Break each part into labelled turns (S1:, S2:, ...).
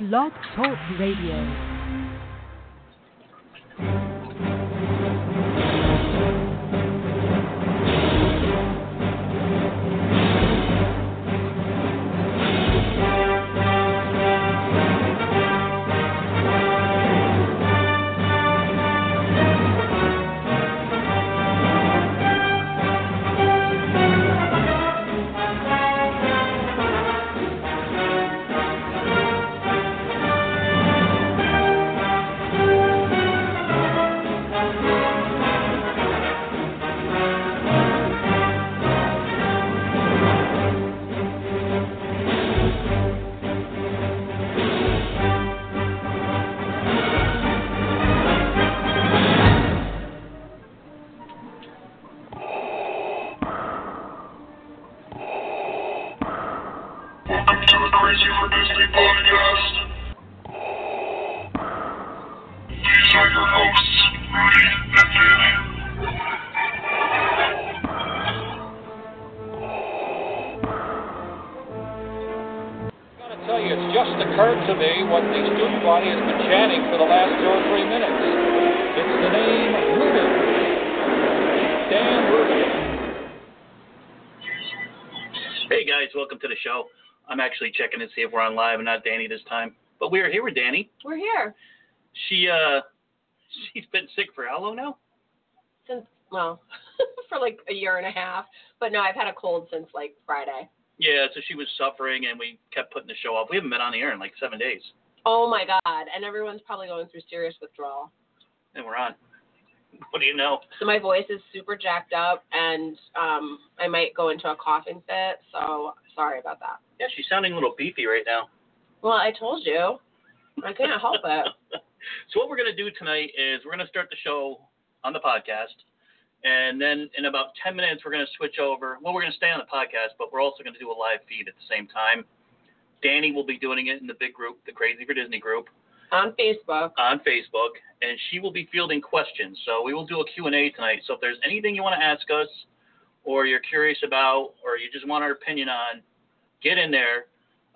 S1: Blog Talk Radio.
S2: Welcome to the Crazy for Disney podcast. These are your hosts, Rudy and Danny.
S3: I gotta tell you, it's just occurred to me what the student body has been chanting for the last two or three minutes. It's the name Rudin. Dan Rudin.
S4: Hey guys, welcome to the show. I'm actually checking to see if we're on live and not Danny this time. But we are here with Danny.
S5: We're here
S4: She uh she's been sick for how long now?
S5: since well for like a year and a half. But no, I've had a cold since like Friday.
S4: Yeah, so she was suffering and we kept putting the show off. We haven't been on the air in like seven days.
S5: Oh my god! And everyone's probably going through serious withdrawal.
S4: And we're on. What do you know?
S5: So my voice is super jacked up, and um, I might go into a coughing fit. So sorry about that.
S4: Yeah, she's sounding a little beefy right now.
S5: Well, I told you, I couldn't help it.
S4: So what we're gonna do tonight is we're gonna start the show on the podcast. And then in about 10 minutes, we're going to switch over. Well, we're going to stay on the podcast, but we're also going to do a live feed at the same time. Danny will be doing it in the big group, the Crazy for Disney group.
S5: On Facebook,
S4: on Facebook, and she will be fielding questions. So we will do a Q&A tonight. So if there's anything you want to ask us or you're curious about or you just want our opinion on, get in there.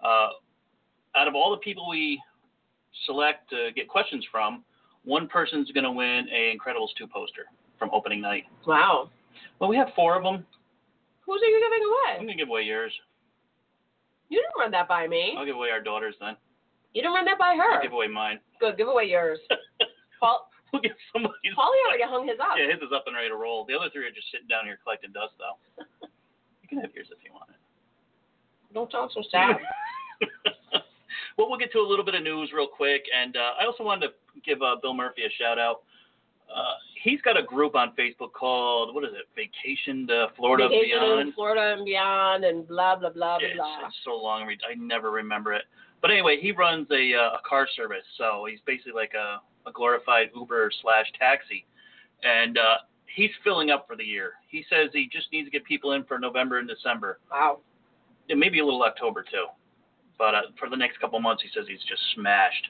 S4: Uh, out of all the people we select to get questions from, one person's going to win a Incredibles 2 poster from opening night.
S5: wow,
S4: Well, we have four of them.
S5: who's are you
S4: I'm
S5: giving away?
S4: going to give away yours.
S5: You didn't run that by me.
S4: I'll give away our daughters then.
S5: You didn't run that by
S4: I'll
S5: her.
S4: give away mine.
S5: Go give away yours. Paul,
S4: We'll get somebody's.
S5: Paulie already hung his up.
S4: Yeah, his is up and ready to roll. The other three are just sitting down here collecting dust, though. you can have yours if you want it.
S5: Don't talk so sad.
S4: well, we'll get to a little bit of news real quick, and uh, I also wanted to give uh, Bill Murphy a shout out. Uh, he's got a group on Facebook called what is it? Vacation to Florida
S5: Vacation
S4: Beyond.
S5: in Florida and beyond, and blah blah blah
S4: It's,
S5: blah.
S4: it's so long. re- I never remember it. But anyway, he runs a, uh, a car service, so he's basically like a, a glorified Uber slash taxi, and uh, he's filling up for the year. He says he just needs to get people in for November and December,
S5: Wow.
S4: and maybe a little October too. But uh, for the next couple months, he says he's just smashed.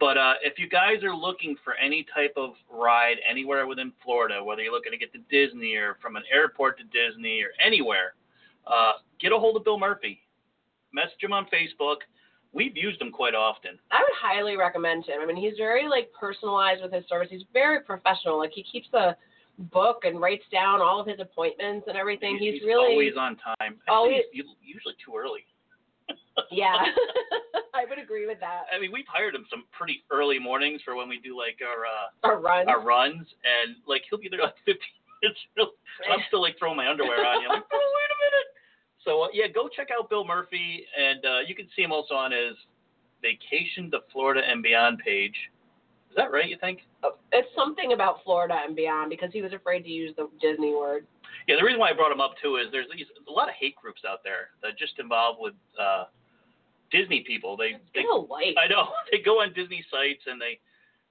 S4: But uh, if you guys are looking for any type of ride anywhere within Florida, whether you're looking to get to Disney or from an airport to Disney or anywhere, uh, get a hold of Bill Murphy. Message him on Facebook. We've used him quite often.
S5: I would highly recommend him. I mean, he's very like personalized with his service. He's very professional. Like he keeps a book and writes down all of his appointments and everything. He's, really
S4: always on time. Actually,
S5: always-
S4: he's u- usually too early.
S5: yeah. I would agree with that.
S4: I mean, we've hired him some pretty early mornings for when we do like our uh,
S5: Or run.
S4: our runs, and like he'll be there like 15 minutes. early. I'm still like throwing my underwear on you. I'm like, oh, wait a minute. So uh, yeah, go check out Bill Murphy, and uh, you can see him also on his Vacation to Florida and Beyond page. Is that right? You think?
S5: It's something about Florida and beyond because he was afraid to use the Disney word.
S4: Yeah. The reason why I brought him up too is there's these a lot of hate groups out there that just involved with uh, Disney people. They they
S5: Go light.
S4: I know they go on Disney sites and they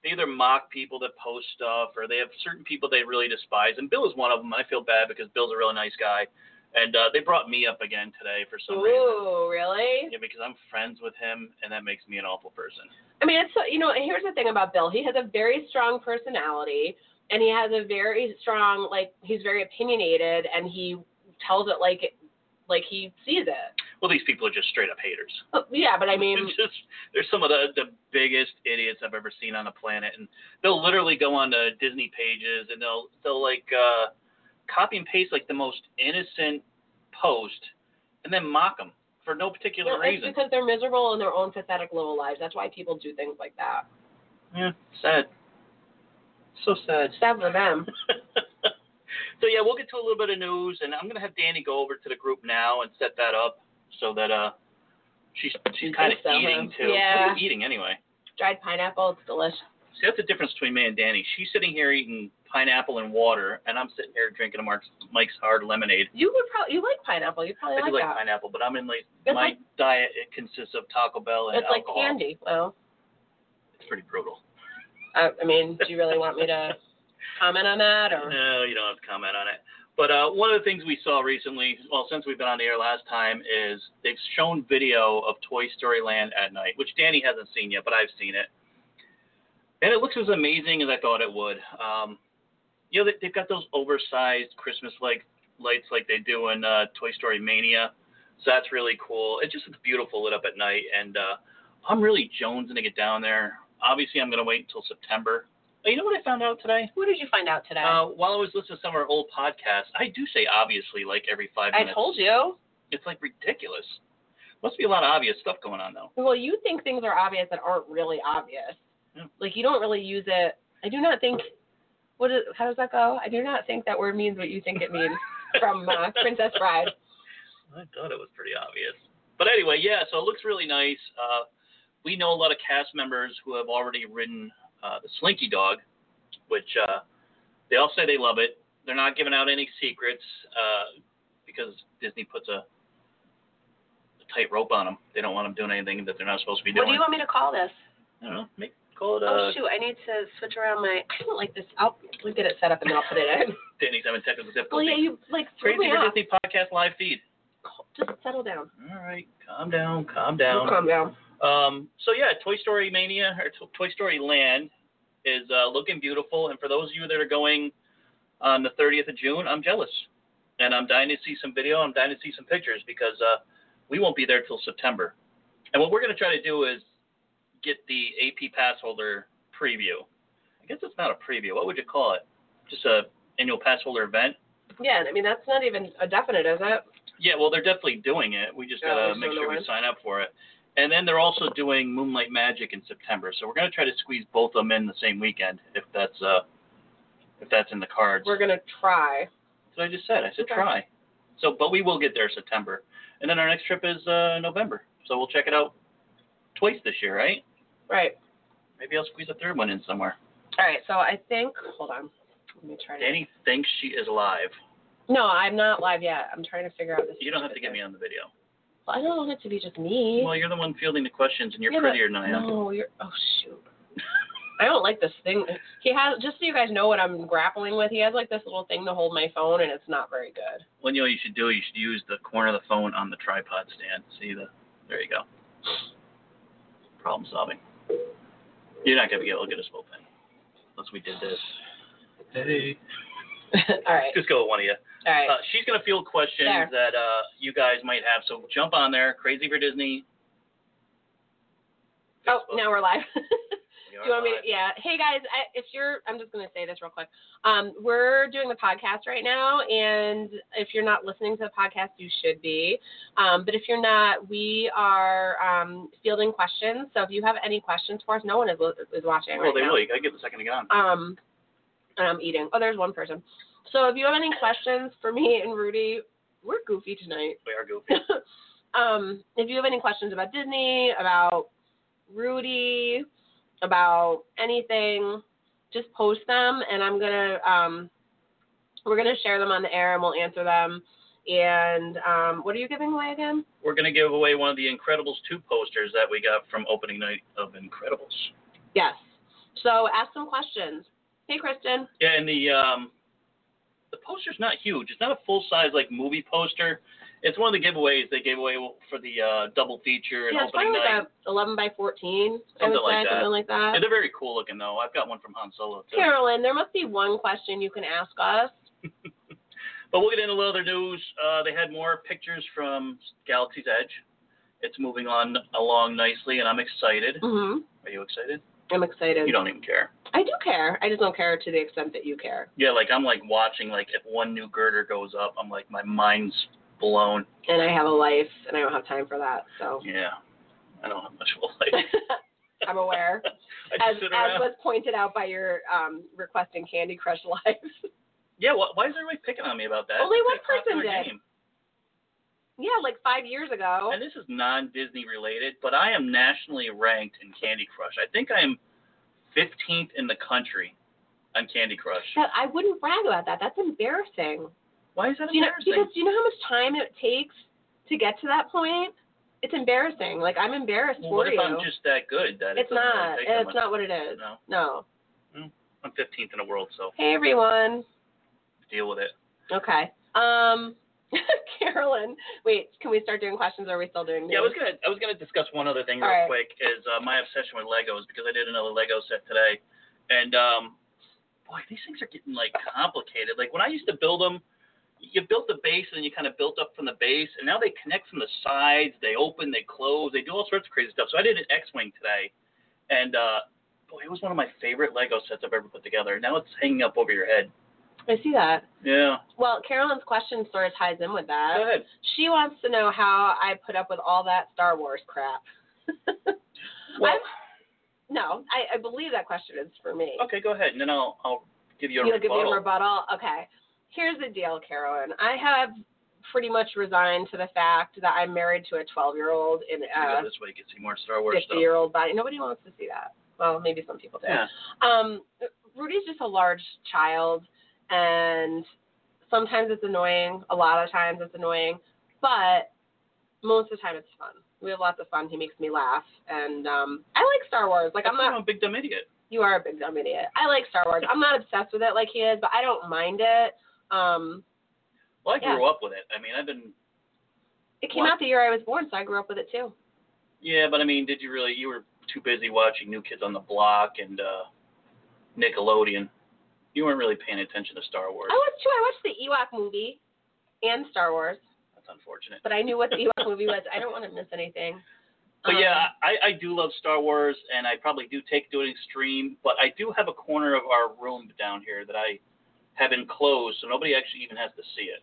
S4: they either mock people that post stuff or they have certain people they really despise. And Bill is one of them. I feel bad because Bill's a really nice guy, and uh, they brought me up again today for some reason.
S5: Ooh, really?
S4: Yeah, because I'm friends with him, and that makes me an awful person.
S5: I mean, it's so, you know, and here's the thing about Bill. He has a very strong personality, and he has a very strong like he's very opinionated, and he tells it like it, like he sees it.
S4: Well, these people are just straight up haters.
S5: But, yeah, but I mean,
S4: It's just they're some of the the biggest idiots I've ever seen on the planet, and they'll literally go on the Disney pages and they'll they'll like uh, copy and paste like the most innocent post, and then mock them for no particular
S5: well, it's
S4: reason.
S5: because they're miserable in their own pathetic little lives. That's why people do things like that.
S4: Yeah, sad. So sad.
S5: Sad for them.
S4: so yeah, we'll get to a little bit of news, and I'm gonna have Danny go over to the group now and set that up so that uh she's she's kind of
S5: so, huh?
S4: eating too. What
S5: Yeah.
S4: are you eating anyway.
S5: Dried pineapple, it's delicious.
S4: See, that's the difference between me and Danny. She's sitting here eating pineapple and water, and I'm sitting here drinking a Mark's, Mike's Hard Lemonade.
S5: You would probably you like pineapple. You probably
S4: I do
S5: like
S4: like
S5: that.
S4: pineapple, but I'm in like
S5: It's
S4: my
S5: like-
S4: diet. It consists of Taco Bell and
S5: It's like
S4: alcohol.
S5: candy. Well,
S4: It's pretty brutal.
S5: I, I mean, do you really want me to comment on that or?
S4: No, you don't have to comment on it. But uh, one of the things we saw recently, well, since we've been on the air last time, is they've shown video of Toy Story Land at night, which Danny hasn't seen yet, but I've seen it. And it looks as amazing as I thought it would. Um, you know, they, they've got those oversized Christmas like lights like they do in uh, Toy Story Mania. So that's really cool. It just looks beautiful lit up at night. And uh, I'm really jonesing to get down there. Obviously, I'm going to wait until September. But you know what I found out today?
S5: What did you find out today?
S4: Uh, while I was listening to some of our old podcasts, I do say obviously like every five
S5: I
S4: minutes.
S5: told you.
S4: It's like ridiculous. Must be a lot of obvious stuff going on though.
S5: Well, you think things are obvious that aren't really obvious.
S4: Yeah.
S5: Like you don't really use it. I do not think. What is? How does that go? I do not think that word means what you think it means. From uh, Princess Bride.
S4: I thought it was pretty obvious. But anyway, yeah, so it looks really nice. Uh, we know a lot of cast members who have already ridden uh, the Slinky Dog, which uh, they all say they love it. They're not giving out any secrets uh, because Disney puts a, a tight rope on them. They don't want them doing anything that they're not supposed to be
S5: What
S4: doing.
S5: do you want me to call this?
S4: I don't know. Make, call it
S5: oh
S4: a
S5: shoot! I need to switch around my. I don't like this. I'll we'll get it set up and then I'll put it in.
S4: Danny's having technical
S5: well,
S4: difficulty.
S5: yeah, you like threw
S4: Crazy
S5: me
S4: for
S5: off.
S4: Disney podcast live feed.
S5: Just settle down.
S4: All right, calm down, calm down.
S5: Calm down.
S4: Um, so yeah, Toy Story Mania or To- Toy Story Land is uh, looking beautiful, and for those of you that are going on the 30th of June, I'm jealous, and I'm dying to see some video. I'm dying to see some pictures because uh, we won't be there till September. And what we're going to try to do is get the AP pass holder preview. I guess it's not a preview. What would you call it? Just a annual pass holder event.
S5: Yeah, and I mean that's not even a definite, is it?
S4: Yeah, well, they're definitely doing it. We just
S5: Yeah,
S4: gotta
S5: we
S4: make
S5: don't
S4: sure
S5: know
S4: we
S5: when.
S4: sign up for it. And then they're also doing Moonlight Magic in September, so we're gonna try to squeeze both of them in the same weekend if that's uh if that's in the cards.
S5: We're gonna try.
S4: That's what I just said. I said
S5: Okay.
S4: try. So, but we will get there September, and then our next trip is uh November. So we'll check it out twice this year, right?
S5: Right.
S4: Maybe I'll squeeze a third one in somewhere.
S5: All right. So I think. Hold on. Let me try to.
S4: Danny thinks she is live.
S5: No, I'm not live yet. I'm trying to figure out this.
S4: You don't have to get me on the video.
S5: Well, I don't want it to be just me.
S4: Well, you're the one fielding the questions, and you're
S5: Yeah, but-
S4: prettier than I am.
S5: No, you're. Oh shoot. I don't like this thing. He has. Just so you guys know what I'm grappling with, he has like this little thing to hold my phone, and it's not very good.
S4: Well, you know what you should do? You should use the corner of the phone on the tripod stand. See the? There you go. Problem solving. You're not gonna be able to get us both in unless we did this. Hey.
S5: All right.
S4: Just go with one of you.
S5: All right.
S4: Uh, she's gonna field questions
S5: There.
S4: that uh, you guys might have. So jump on there. Crazy for Disney.
S5: Oh, now we're live.
S4: We
S5: Do
S4: are
S5: you want me
S4: live.
S5: to, yeah. Hey guys, I, if you're, I'm just gonna say this real quick. Um, we're doing the podcast right now, and if you're not listening to the podcast, you should be. Um, but if you're not, we are um, fielding questions. So if you have any questions for us, no one is li- is watching
S4: Well,
S5: right
S4: they
S5: now.
S4: will. You gotta give it a second to get on.
S5: Um, and I'm eating. Oh, there's one person. So if you have any questions for me and Rudy, we're goofy tonight.
S4: We are goofy.
S5: um, if you have any questions about Disney, about Rudy, about anything, just post them, and I'm gonna um, we're gonna share them on the air, and we'll answer them. And um, what are you giving away again?
S4: We're going to give away one of the Incredibles 2 posters that we got from opening night of Incredibles.
S5: Yes. So ask some questions. Hey, Kristen.
S4: Yeah, and the um, the poster's not huge. It's not a full size like movie poster. It's one of the giveaways they gave away for the uh, double feature and
S5: yeah, it's
S4: opening
S5: probably
S4: night.
S5: like a 11 by 14. I would
S4: Something like
S5: say,
S4: that.
S5: Something like that.
S4: Yeah, they're very cool looking though. I've got one from Han Solo too.
S5: Carolyn, there must be one question you can ask us.
S4: But we'll get into a little other news. Uh, they had more pictures from Galaxy's Edge. It's moving on along nicely, and I'm excited.
S5: hmm
S4: Are you excited?
S5: I'm excited.
S4: You don't even care.
S5: I do care. I just don't care to the extent that you care.
S4: Yeah, like I'm like watching like if one new girder goes up, I'm like my mind's blown.
S5: And I have a life, and I don't have time for that. So
S4: Yeah, I don't have much of a life.
S5: I'm aware.
S4: I just
S5: as,
S4: sit
S5: as
S4: around.
S5: was pointed out by your um, requesting Candy Crush Live.
S4: yeah, why, why is everybody picking on me about that?
S5: Only
S4: It's
S5: one
S4: a popular
S5: person did.
S4: game.
S5: yeah, like five years ago.
S4: And this is non-Disney related, but I am nationally ranked in Candy Crush. I think I am 15th in the country on Candy Crush.
S5: That I wouldn't brag about that. That's embarrassing.
S4: Why is that
S5: Do you know,
S4: embarrassing?
S5: because do you know how much time it takes to get to that point? It's embarrassing. Like I'm embarrassed
S4: well, what
S5: for
S4: if
S5: you.
S4: I'm just that good? That it
S5: it's
S4: doesn't really
S5: not.
S4: take that
S5: It's
S4: much?
S5: not what it is.
S4: No.
S5: No.
S4: I'm 15th in the world, so
S5: Hey everyone.
S4: deal with it.
S5: Okay. Um, Carolyn, wait. Can we start doing questions? Or are we still doing?
S4: Yeah, I was
S5: news?
S4: gonna I was gonna discuss one other thing real
S5: All right.
S4: quick is uh, my obsession with Legos because I did another Lego set today, and um, boy, these things are getting like complicated. Like when I used to build them, you built the base and then you kind of built up from the base, and now they connect from the sides, they open, they close, they do all sorts of crazy stuff. So I did an X-wing today, and uh, boy, it was one of my favorite Lego sets I've ever put together. Now it's hanging up over your head.
S5: I see that.
S4: Yeah,
S5: Well, Carolyn's question sort of ties in with that.
S4: go ahead.
S5: She wants to know how I put up with all that Star Wars crap.
S4: Well-
S5: I'm- no, I, I believe that question is for me.
S4: Okay, go ahead, and then I'll I'll give you a
S5: You'll give
S4: rebuttal.
S5: me a rebuttal. Okay. Here's the deal, Carolyn. I have pretty much resigned to the fact that I'm married to a 12 year old in uh,
S4: Yeah,
S5: a
S4: this way you can see more Star Wars
S5: 50
S4: stuff.
S5: year old body. Nobody wants to see that. Well, maybe some people do.
S4: Yeah.
S5: Um, Rudy's just a large child, and sometimes it's annoying. A lot of times it's annoying, but most of the time it's fun. We have lots of fun. He makes me laugh, and um, I like Star Wars. Like I'm
S4: That's why
S5: not.
S4: a big dumb idiot.
S5: You are a big dumb idiot. I like Star Wars. I'm not obsessed with it like he is, but I don't mind it. Um,
S4: Well, I
S5: Yeah.
S4: grew up with it. I mean, I've been.
S5: it came
S4: What?
S5: out the year I was born, so I grew up with it too.
S4: Yeah, but I mean, did you really? You were too busy watching New Kids on the Block and uh, Nickelodeon. You weren't really paying attention to Star Wars.
S5: I was too. I watched the Ewok movie and Star Wars,
S4: That's unfortunate.
S5: but I knew what the Ewok movie was. I don't want to miss anything.
S4: But
S5: Um,
S4: yeah, I, I do love Star Wars, and I probably do take to an extreme. But I do have a corner of our room down here that I have enclosed, so nobody actually even has to see it.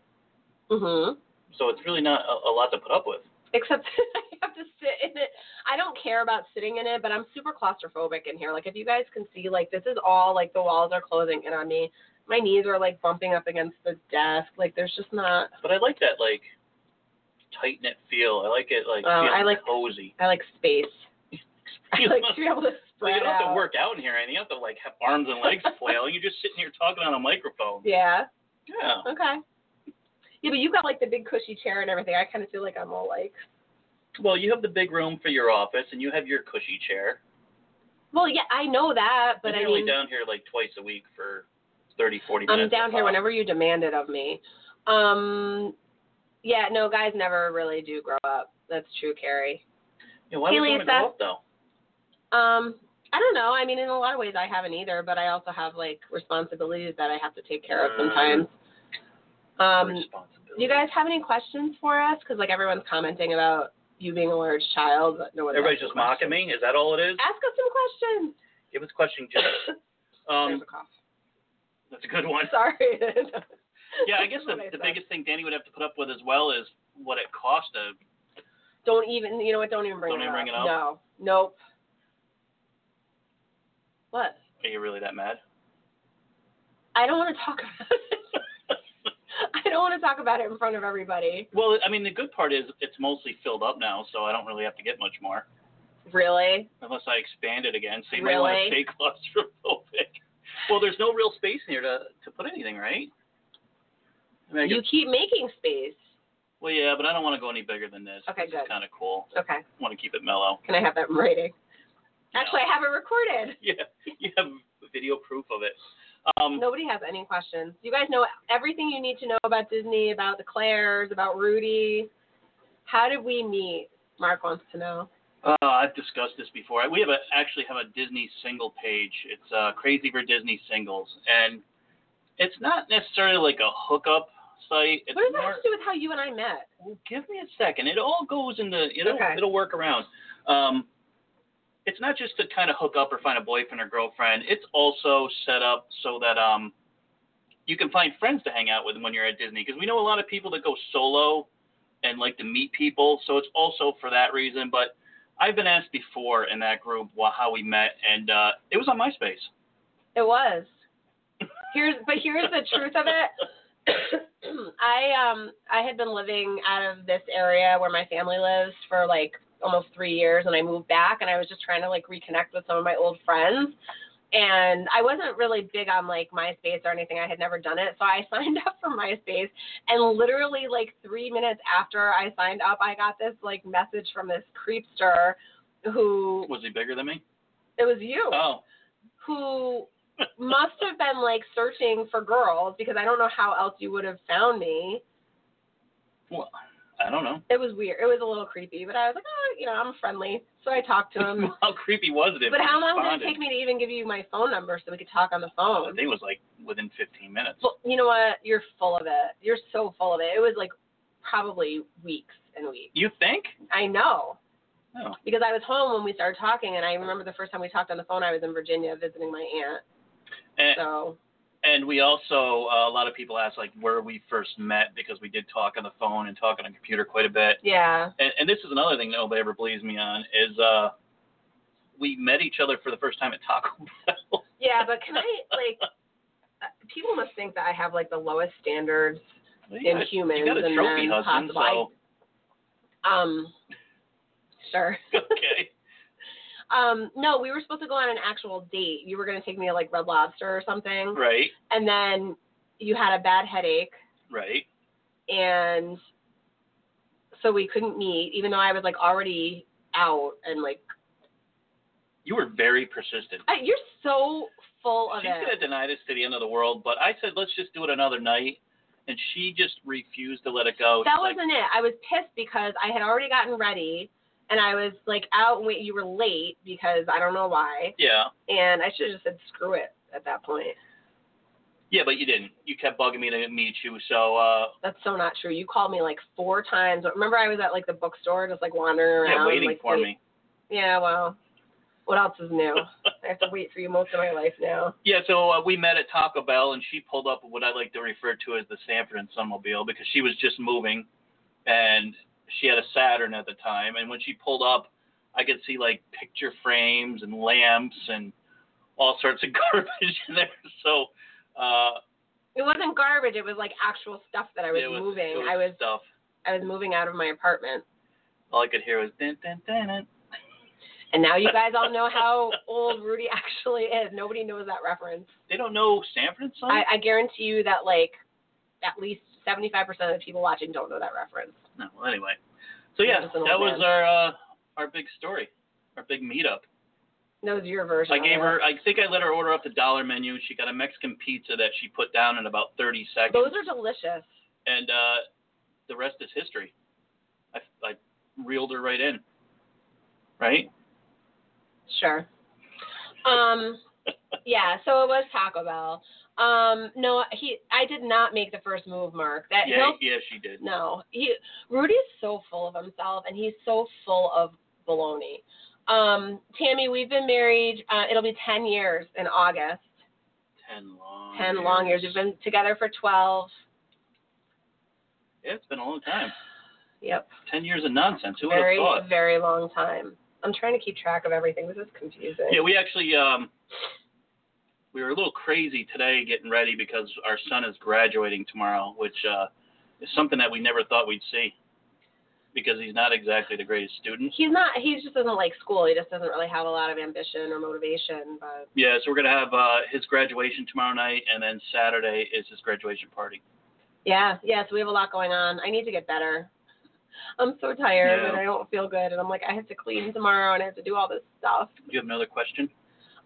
S5: Mhm.
S4: So it's really not a, a lot to put up with.
S5: Except I have to sit in it. I don't care about sitting in it, but I'm super claustrophobic in here. Like if you guys can see, like this is all like the walls are closing in on me. My knees are like bumping up against the desk. Like there's just not.
S4: But I like that like tight knit feel. I like it like
S5: Oh, I
S4: feeling
S5: like-
S4: cozy.
S5: I like space. I like to be able to
S4: Well,
S5: spread
S4: you don't have
S5: out.
S4: to work out in here, and you don't have to like have arms and legs flailing. You're just sitting here talking on a microphone.
S5: Yeah.
S4: Yeah.
S5: Okay. Yeah, but you've got like the big cushy chair and everything. I kind of feel like I'm all like.
S4: Well, you have the big room for your office, and you have your cushy chair.
S5: Well, yeah, I know that, but
S4: And
S5: I
S4: you're
S5: mean,
S4: only down here like twice a week for 30, 40 minutes.
S5: I'm down
S4: a
S5: here
S4: pop.
S5: whenever you demand it of me. Um, yeah, no, guys never really do grow up. That's true, Carrie.
S4: Yeah, why
S5: Hey,
S4: would someone
S5: Lisa.
S4: go up though?
S5: Um, I don't know. I mean, in a lot of ways, I haven't either, but I also have like responsibilities that I have to take
S4: Mm.
S5: care of sometimes. Um,
S4: Responsibility.
S5: you guys have any questions for us? Because like everyone's commenting about you being a large child, but no one.
S4: Everybody's just mocking me. Is that all it is?
S5: Ask us some questions.
S4: Give us a question, Jim.
S5: There's
S4: Um,
S5: a cough.
S4: that's a good one.
S5: Sorry.
S4: Yeah, I guess the,
S5: That's what I
S4: the
S5: said.
S4: biggest thing Danny would have to put up with as well is what it cost to
S5: Don't even, you know what? Don't even bring
S4: Don't
S5: it
S4: even
S5: up.
S4: bring it up?
S5: No. Nope. What?
S4: Are you really that mad?
S5: I don't want to talk about it. I don't want to talk about it in front of everybody.
S4: well, I mean, the good part is it's mostly filled up now, so I don't really have to get much more
S5: Really?
S4: unless I expand it again. So you might want to
S5: Really?
S4: stay claustrophobic. Well, there's no real space in here to, to put anything, right? I mean, I
S5: You
S4: guess-
S5: keep making space.
S4: Well, yeah, but I don't want to go any bigger than this.
S5: Okay,
S4: this is
S5: good.
S4: kind of cool.
S5: Okay.
S4: I want to keep it mellow.
S5: Can I have that in writing?
S4: No.
S5: Actually, I have it recorded.
S4: Yeah, you have video proof of it. Um,
S5: Nobody has any questions. You guys know everything you need to know about Disney, about the Claires, about Rudy. How did we meet? Mark wants to know.
S4: Uh, I've discussed this before. We have a, actually have a Disney single page. It's uh, Crazy for Disney Singles, and it's not necessarily like a hookup site. It's
S5: What does that
S4: more,
S5: have to do with how you and I met?
S4: Well, give me a second. It all goes in the. It'll
S5: Okay.
S4: it'll work around. Um, it's not just to kind of hook up or find a boyfriend or girlfriend. It's also set up so that um, you can find friends to hang out with when you're at Disney. Because we know a lot of people that go solo and like to meet people. So it's also for that reason. But I've been asked before in that group wha- how we met, and uh, it was on MySpace.
S5: It was. Here's but here's the truth of it. I um I had been living out of this area where my family lives for like almost three years and I moved back and I was just trying to like reconnect with some of my old friends and I wasn't really big on like MySpace or anything. I had never done it. So I signed up for MySpace and literally like three minutes after I signed up I got this like message from this creepster who
S4: Was he bigger than me?
S5: it was you
S4: Oh,
S5: who must have been like searching for girls because I don't know how else you would have found me.
S4: well, I don't know.
S5: It was weird. It was a little creepy, but I was like, oh, you know, I'm friendly. So I talked to him.
S4: how creepy was it? if
S5: but
S4: he
S5: how long did
S4: responded?
S5: it take me to even give you my phone number so we could talk on the phone?
S4: I think it was like within 15 minutes.
S5: Well, you know what? You're full of it. You're so full of it. It was like probably weeks and weeks.
S4: You think?
S5: I know.
S4: Oh.
S5: Because I was home when we started talking, and I remember the first time we talked on the phone, I was in Virginia visiting my aunt.
S4: And,
S5: So
S4: and we also, uh, a lot of people ask like where we first met because we did talk on the phone and talk on a computer quite a bit.
S5: yeah,
S4: And, and this is another thing nobody ever believes me on is uh, we met each other for the first time at Taco Bell.
S5: yeah. But can I like? uh, People must think that I have like the lowest standards
S4: You
S5: in
S4: got a-
S5: humans
S4: you got a
S5: and
S4: trophy
S5: then
S4: husband,
S5: possible. Um, sure.
S4: so okay.
S5: Um, no, we were supposed to go on an actual date. You were gonna take me to like Red Lobster or something,
S4: Right,
S5: and then you had a bad headache,
S4: right.
S5: and so we couldn't meet, even though I was like already out and like
S4: You were very persistent.
S5: I, you're so full of
S4: She's
S5: it.
S4: gonna deny this to the end of the world, but I said let's just do it another night, and she just refused to let it go.
S5: That
S4: She's like,
S5: wasn't it. I was pissed because I had already gotten ready and I was like out wait you were late because I don't know why.
S4: yeah.
S5: And I should have just said screw it at that point.
S4: Yeah, but you didn't. You kept bugging me to meet you. So uh,
S5: That's so not true. You called me like four times. Remember I was at like the bookstore just like wandering around.
S4: yeah, waiting
S5: like,
S4: for
S5: wait-
S4: me.
S5: Yeah, well. What else is new? I have to wait for you most of my life now.
S4: Yeah, so uh, we met at Taco Bell, and she pulled up what I like to refer to as the Sanford and Son mobile because she was just moving, and she had a Saturn at the time. And when she pulled up, I could see like picture frames and lamps and all sorts of garbage in there. So uh,
S5: It wasn't garbage, it was like actual stuff that I was,
S4: it was
S5: moving.
S4: It was
S5: I was
S4: stuff.
S5: I was moving out of my apartment.
S4: All I could hear was dun dun dun. dun.
S5: And now you guys all know how old Rudy actually is. Nobody knows that reference.
S4: They don't know Sanford and Son.
S5: I, I guarantee you that like at least seventy five percent of the people watching don't know that reference.
S4: No, well, anyway. So yeah,
S5: Yeah, just an
S4: that
S5: old
S4: was
S5: man.
S4: our uh, our big story, our big meetup.
S5: That was your version.
S4: I
S5: of
S4: gave
S5: it.
S4: her. I think I let her order up the dollar menu. She got a Mexican pizza that she put down in about 30 seconds,
S5: Those are delicious.
S4: and uh, the rest is history. I, I reeled her right in. Right?
S5: Sure. Um, yeah. So it was Taco Bell. Um, no, he. I did not make the first move, Mark. That
S4: yeah,
S5: nope.
S4: yeah, she did.
S5: No, he Rudy's so full of himself, and he's so full of baloney. Um, Tammy, we've been married. Uh, it'll be ten years in August.
S4: Ten long.
S5: Ten long years. We've been together for twelve.
S4: Yeah, it's been a long time.
S5: Yep.
S4: Ten years of nonsense. Who
S5: very,
S4: would have thought?
S5: very long time. I'm trying to keep track of everything. This is confusing.
S4: Yeah, we actually um, we were a little crazy today getting ready because our son is graduating tomorrow, which uh, is something that we never thought we'd see because he's not exactly the greatest student.
S5: He's not. He just doesn't like school. He just doesn't really have a lot of ambition or motivation. But
S4: Yeah, so we're gonna have uh, his graduation tomorrow night, and then Saturday is his graduation party.
S5: yeah, yeah. So we have a lot going on. I need to get better. I'm so tired
S4: Yeah.
S5: and I don't feel good. And I'm like, I have to clean tomorrow and I have to do all this stuff.
S4: Do you have another question?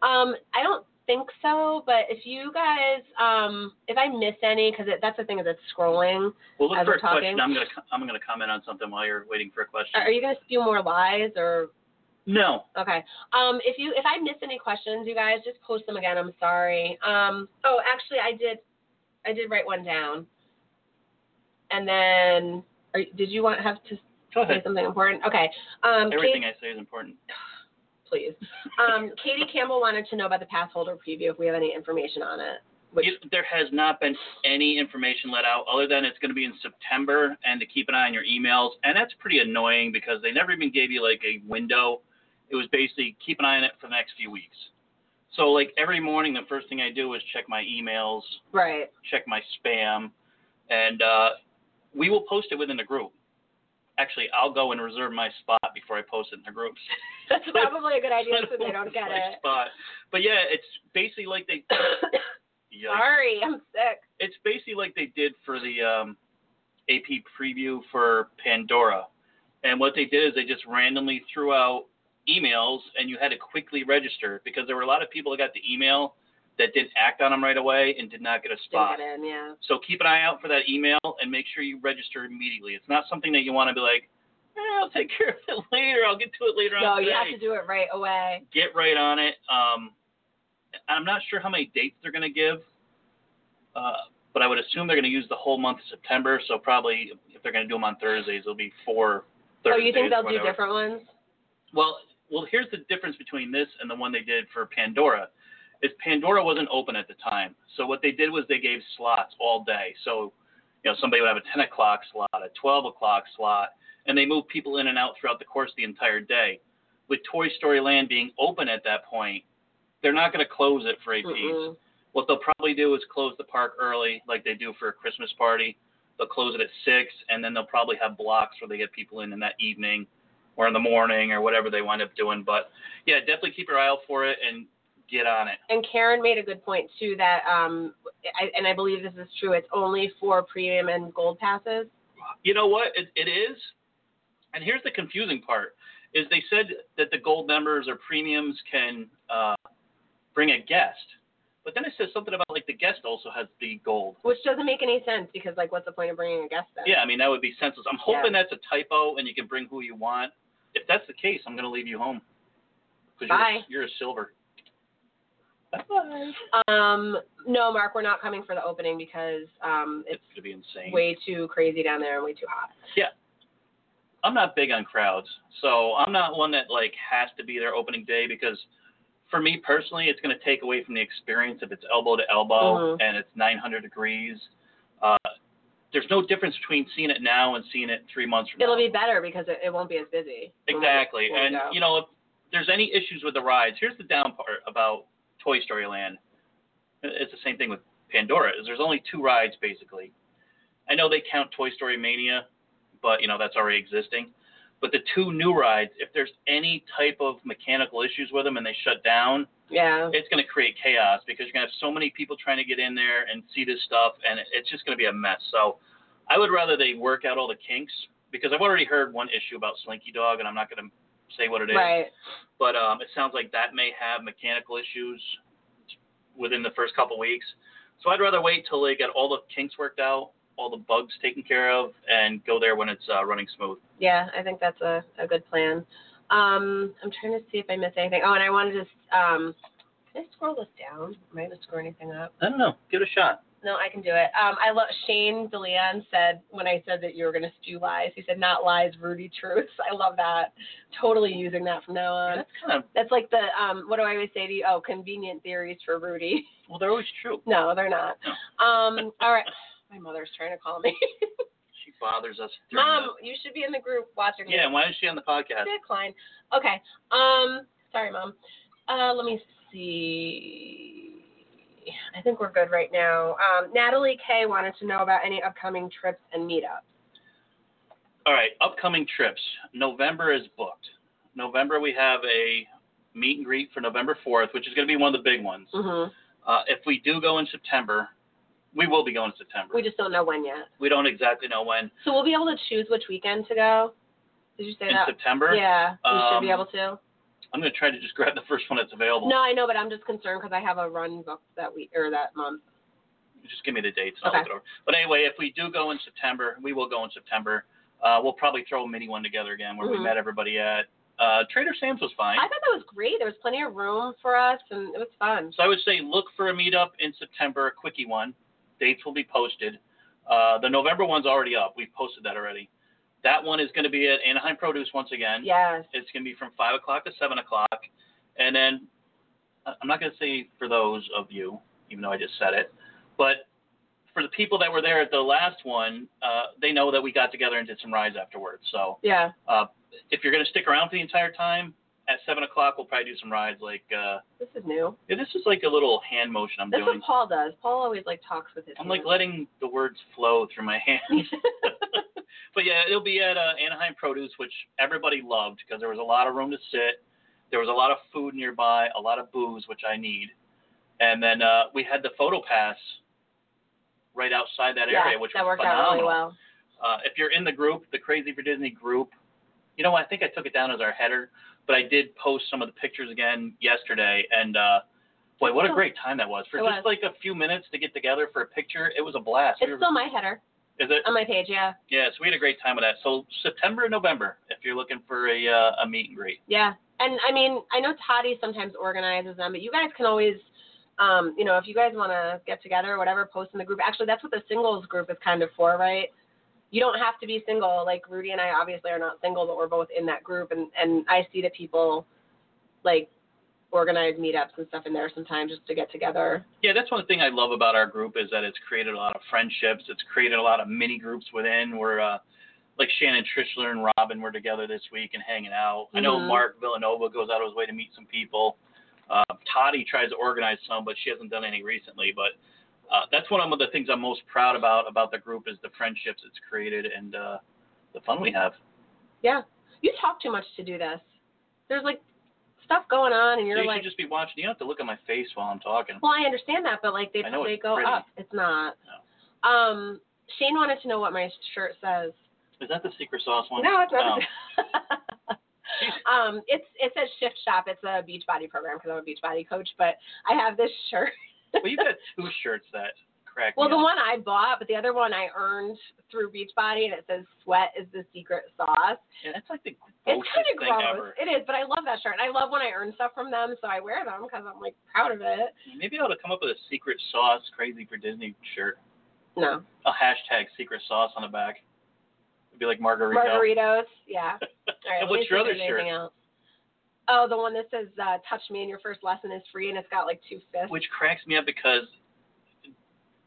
S5: Um, I don't think so, but if you guys, um, if I miss any, because that's the thing is it's scrolling.
S4: We'll look
S5: As
S4: for
S5: we're
S4: a question.
S5: talking.
S4: I'm gonna co- I'm gonna comment on something while you're waiting for a question.
S5: Are, are you gonna spew more lies or?
S4: no,
S5: Okay. Um, if you if I miss any questions, you guys just post them again. I'm sorry. Um, oh, actually, I did, I did write one down. And then, are, did you want have to
S4: go
S5: say
S4: ahead.
S5: something important? Okay. Um, Kate-
S4: Everything I say is important.
S5: please. Um, Katie Campbell wanted to know about the pass holder preview if we have any information on it. Which
S4: You- there has not been any information let out other than it's going to be in September and to keep an eye on your emails. And that's pretty annoying because they never even gave you like a window. It was basically keep an eye on it for the next few weeks. So like every morning, the first thing I do is check my emails,
S5: right.
S4: check my spam, and uh, we will post it within the group. Actually, I'll go and reserve my spot before I post it in the groups.
S5: That's probably a good idea
S4: So I
S5: so they don't
S4: lose
S5: get
S4: my
S5: it.
S4: Spot. But yeah, it's basically like they. Yikes
S5: Sorry, I'm sick.
S4: it's basically like they did for the um, AP preview for Pandora. And what they did is they just randomly threw out emails, and you had to quickly register because there were a lot of people that got the email that didn't act on them right away and did not get a spot.
S5: Didn't get in, yeah.
S4: So keep an eye out for that email and make sure you register immediately. It's not something that you want to be like, eh, I'll take care of it later. I'll get to it later
S5: No,
S4: on.
S5: you
S4: today."
S5: have to do it right away.
S4: get right on it. Um, I'm not sure how many dates they're going to give, uh, but I would assume they're going to use the whole month of September. So probably if they're going to do them on Thursdays, it'll be four
S5: Oh,
S4: Thursdays.
S5: you think
S4: or
S5: they'll do
S4: whatever.
S5: different ones?
S4: Well, well, here's the difference between this and the one they did for Pandora. Is Pandora wasn't open at the time, so what they did was they gave slots all day. So, you know, somebody would have a 10 o'clock slot, a 12 o'clock slot, and they moved people in and out throughout the course of the entire day. With Toy Story Land being open at that point, they're not going to close it for APs.
S5: Mm-mm.
S4: What they'll probably do is close the park early, like they do for a Christmas party. They'll close it at six, and then they'll probably have blocks where they get people in in that evening, or in the morning, or whatever they wind up doing. But yeah, definitely keep your eye out for it and get on it.
S5: And Karen made a good point too that um, I, and I believe this is true. It's only for premium and gold passes.
S4: You know what? It, it is. And here's the confusing part: is they said that the gold members or premiums can uh, bring a guest, but then it says something about like the guest also has the gold.
S5: Which doesn't make any sense because like, what's the point of bringing a guest then?
S4: Yeah, I mean that would be senseless. I'm hoping that's a typo and you can bring who you want. If that's the case, I'm gonna leave you home. 'Cause
S5: Bye.
S4: You're, you're a silver.
S5: Um, no, Mark, we're not coming for the opening because um,
S4: It's
S5: it's
S4: gonna be insane.
S5: way too crazy down there and way too hot.
S4: I'm not big on crowds, so I'm not one that like has to be there opening day because for me personally, it's gonna take away from the experience if it's elbow to elbow
S5: Mhm.
S4: and it's 900 degrees. Uh, there's no difference between seeing it now and seeing it three months from
S5: It'll
S4: now.
S5: be better because it, it won't be as busy.
S4: Exactly. And you know, if there's any issues with the rides, here's the down part about Toy Story Land. It's the same thing with Pandora. Is there's only two rides basically. I know they count Toy Story Mania, but you know that's already existing. But the two new rides, if there's any type of mechanical issues with them and they shut down,
S5: yeah.
S4: it's going to create chaos because you're going to have so many people trying to get in there and see this stuff, and it- it's just going to be a mess. So I would rather they work out all the kinks because I've already heard one issue about Slinky Dog, and I'm not going to say what it is,
S5: Right.
S4: but um, it sounds like that may have mechanical issues within the first couple weeks. So I'd rather wait till they get all the kinks worked out, all the bugs taken care of, and go there when it's uh, running smooth.
S5: Yeah, I think that's a, a good plan. Um, I'm trying to see if I missed anything. Oh, and I wanted to. Um, can I scroll this down? Am I going to screw anything up?
S4: I don't know. Give it a shot.
S5: No, I can do it. Um, I love Shane DeLeon said when I said that you were going to spew lies. He said not lies, Rudy truths. I love that. Totally using that from now on.
S4: That's kind of
S5: That's like the um, what do I always say to you? Oh, convenient theories for Rudy.
S4: well, they're always true.
S5: No, they're not. Um, all right. My mother's trying to call me.
S4: She bothers us. during
S5: Mom, you should be in the group watching.
S4: the- yeah. Why is she on the podcast?
S5: Decline. Okay. Um. Sorry, mom. Uh. Let me see. I think we're good right now. Um, Natalie K wanted to know about any upcoming trips and meetups.
S4: All right, upcoming trips. November is booked. November we have a meet and greet for November 4th, which is going to be one of the big ones.
S5: Mm-hmm.
S4: Uh, if we do go in September, We will be going in September.
S5: We just don't know when yet.
S4: We don't exactly know when.
S5: So we'll be able to choose which weekend to go. Did you say
S4: In
S5: that?
S4: September?
S5: Yeah, we should be
S4: Um,
S5: able to.
S4: I'm going to try to just grab the first one that's available.
S5: No, I know, but I'm just concerned because I have a run booked that week or that month.
S4: Just give me the dates and I'll
S5: Okay.
S4: look it over. But anyway, if we do go in September, we will go in September. Uh, we'll probably throw a mini one together again where
S5: Mhm.
S4: we met everybody at. Uh, Trader Sam's was fine.
S5: I thought that was great. There was plenty of room for us, and it was fun.
S4: So I would say look for a meetup in September, a quickie one. Dates will be posted. Uh, the November one's already up. We've posted that already. That one is going to be at Anaheim Produce once again.
S5: Yes.
S4: It's going to be from 5 o'clock to 7 o'clock. And then I- I'm not going to say for those of you, even though I just said it, but for the people that were there at the last one, uh, they know that we got together and did some rides afterwards. So
S5: Yeah.
S4: uh, if you're going to stick around for the entire time, at 7 o'clock, we'll probably do some rides like. Uh,
S5: This is new.
S4: yeah, this is like a little hand motion I'm
S5: That's
S4: doing.
S5: what Paul does. Paul always like talks with his.
S4: I'm like
S5: hands.
S4: letting the words flow through my hands. but yeah, it'll be at uh, Anaheim Produce, which everybody loved because there was a lot of room to sit. There was a lot of food nearby, a lot of booze, which I need. And then uh, we had the photo pass right outside that
S5: yeah,
S4: area, which
S5: that
S4: was
S5: worked
S4: phenomenal.
S5: out really well.
S4: Uh, if you're in the group, the Crazy for Disney group, you know, I think I took it down as our header, but I did post some of the pictures again yesterday. And uh, boy, what a great time that was. For
S5: It
S4: just
S5: was.
S4: like a few minutes to get together for a picture, it was a blast. We
S5: It's
S4: were-
S5: still my header
S4: is it?
S5: on my page. Yeah.
S4: Yeah, so we had a great time with that. So September and November, if you're looking for a, uh, a meet and greet.
S5: Yeah. And I mean, I know Toddy sometimes organizes them, but you guys can always, um, you know, if you guys want to get together or whatever, post in the group. Actually, that's what the singles group is kind of for, right? You don't have to be single. Like Rudy and I obviously are not single, but we're both in that group, and and I see that people, like, organize meetups and stuff in there sometimes just to get together.
S4: Yeah, that's one thing I love about our group is that it's created a lot of friendships. It's created a lot of mini groups within. Where uh, like Shannon Trishler and Robin were together this week and hanging out. I know
S5: Mhm.
S4: Mark Villanova goes out of his way to meet some people. Uh, Toddy tries to organize some, but she hasn't done any recently. But uh, that's one of the things I'm most proud about about the group is the friendships it's created and uh, the fun we have.
S5: You talk too much to do this. There's like stuff going on, and
S4: So
S5: you're
S4: you
S5: like,
S4: should just be watching. You don't have to look at my face while I'm talking.
S5: Well, I understand that, but like they
S4: I know
S5: they
S4: it's
S5: go
S4: pretty.
S5: up. It's not. Um, Shane wanted to know what my shirt says.
S4: Is that the secret sauce one?
S5: No, it's not.
S4: Um,
S5: um, it's it says Shift Shop. It's a beach body program because I'm a beach body coach. But I have this shirt.
S4: well, you got two shirts that crack.
S5: Well,
S4: me
S5: the
S4: up.
S5: one I bought, but the other one I earned through Beachbody, and it says "Sweat is the secret sauce."
S4: Yeah, that's like the
S5: It's
S4: grossest
S5: kind of
S4: thing
S5: gross.
S4: ever.
S5: It is, but I love that shirt, and I love when I earn stuff from them, so I wear them because I'm like proud of it.
S4: Maybe I ought to come up with a secret sauce crazy for Disney shirt.
S5: No,
S4: A hashtag secret sauce on the back. It'd be like margarita.
S5: Margaritas, yeah. All right,
S4: And
S5: let me
S4: what's
S5: see
S4: your
S5: if
S4: other
S5: there's anything
S4: shirt?
S5: else. Oh, the one that says uh, "Touch me and your first lesson is free," and it's got like two fists.
S4: Which cracks me up because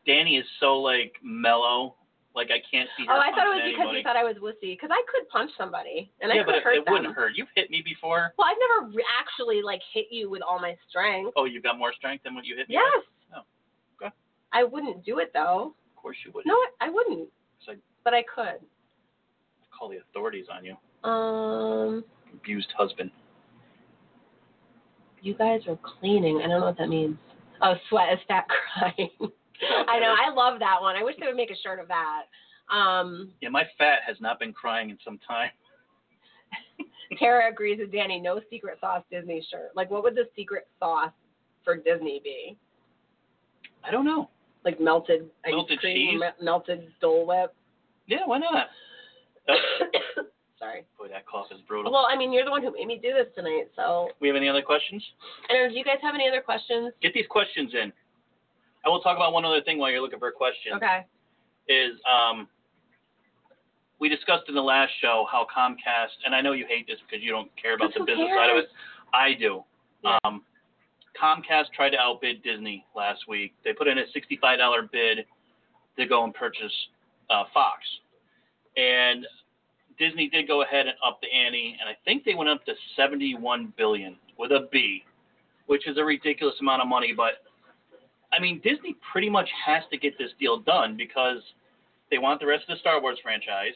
S4: Danny is so like mellow. Like I can't see her.
S5: oh, I thought it was
S4: punching
S5: because
S4: anybody.
S5: you thought I was wussy, because I could punch somebody and
S4: yeah,
S5: I could
S4: but it,
S5: hurt
S4: it
S5: them.
S4: wouldn't hurt. You've hit me before.
S5: Well, I've never re- actually like hit you with all my strength.
S4: Oh, you've got more strength than what you hit me.
S5: Yes.
S4: Oh, okay.
S5: I wouldn't do it though.
S4: With. Of course you would.
S5: No, I wouldn't.
S4: It's like
S5: But I could.
S4: call the authorities on you.
S5: Um,
S4: Abused husband.
S5: you guys are cleaning. I don't know what that means. Oh, sweat is fat crying. I know. I love that one. I wish they would make a shirt of that. Um,
S4: Yeah, my fat has not been crying in some time.
S5: Tara agrees with Danny. No secret sauce Disney shirt. Like, what would the secret sauce for Disney be?
S4: I don't know.
S5: Like melted ice
S4: Melted
S5: cream,
S4: cheese?
S5: me- melted Dole Whip.
S4: Yeah, why not? That's,
S5: Sorry.
S4: boy, that cough is brutal.
S5: Well, I mean, you're the one who made me do this tonight, so.
S4: we have any other questions?
S5: I don't know. Do you guys have any other questions?
S4: Get these questions in. I will talk about one other thing while you're looking for a question.
S5: Okay.
S4: Is um, we discussed in the last show how Comcast, and I know you hate this because you don't care about
S5: Who
S4: the business side of
S5: cares?
S4: it. I do.
S5: Yeah.
S4: Um, Comcast tried to outbid Disney last week. They put in a $65 bid to go and purchase uh, Fox. And Disney did go ahead and up the ante, and I think they went up to 71 billion with a B, which is a ridiculous amount of money. But I mean, Disney pretty much has to get this deal done because they want the rest of the Star Wars franchise.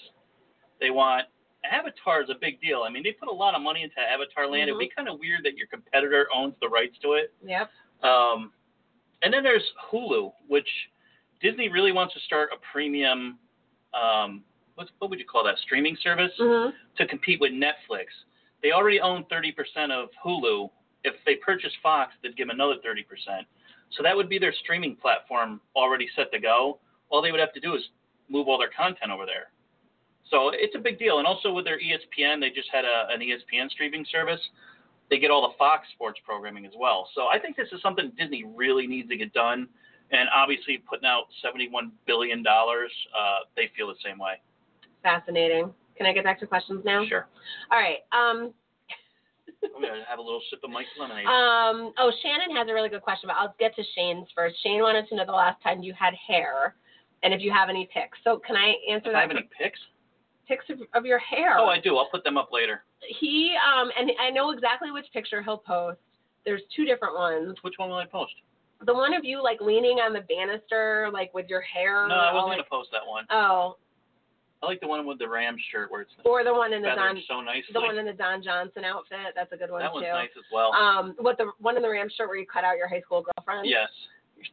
S4: They want Avatar is a big deal. I mean, they put a lot of money into Avatar Land. It would be kind of weird that your competitor owns the rights to it.
S5: Yep.
S4: Um, and then there's Hulu, which Disney really wants to start a premium, um, what's, what would you call that, streaming service
S5: Mhm.
S4: to compete with Netflix. They already own 30% of Hulu. If they purchase Fox, they'd give 'em another 30%. So that would be their streaming platform already set to go. All they would have to do is move all their content over there. So it's a big deal. And also with their E ESPN, they just had a, an E ESPN streaming service. They get all the Fox Sports programming as well. So I think this is something Disney really needs to get done. And obviously, putting out $71 billion, uh, they feel the same way.
S5: Fascinating. Can I get back to questions now?
S4: Sure.
S5: All right. Um,
S4: I'm going to have a little sip of Mike's lemonade.
S5: um, oh, Shannon has a really good question, but I'll get to Shane's first. Shane wanted to know the last time you had hair and if you have any pics. So can I
S4: Do
S5: answer
S4: I
S5: that?
S4: have any picks?
S5: Pics of, of your hair.
S4: Oh, I do. I'll put them up later.
S5: he um, and I know exactly which picture he'll post. There's two different ones.
S4: Which one will I post?
S5: The one of you like leaning on the banister, like with your hair.
S4: No, I wasn't
S5: all, Uh, like-
S4: going to post that one.
S5: Oh,
S4: I like the one with the Ram shirt where it's
S5: or the one in the
S4: feathered
S5: Don,
S4: so nicely.
S5: the one in the Don Johnson outfit. That's a good one
S4: that
S5: too.
S4: one's nice as well.
S5: Um, what the one in the Ram shirt where you cut out your high school girlfriend?
S4: yes.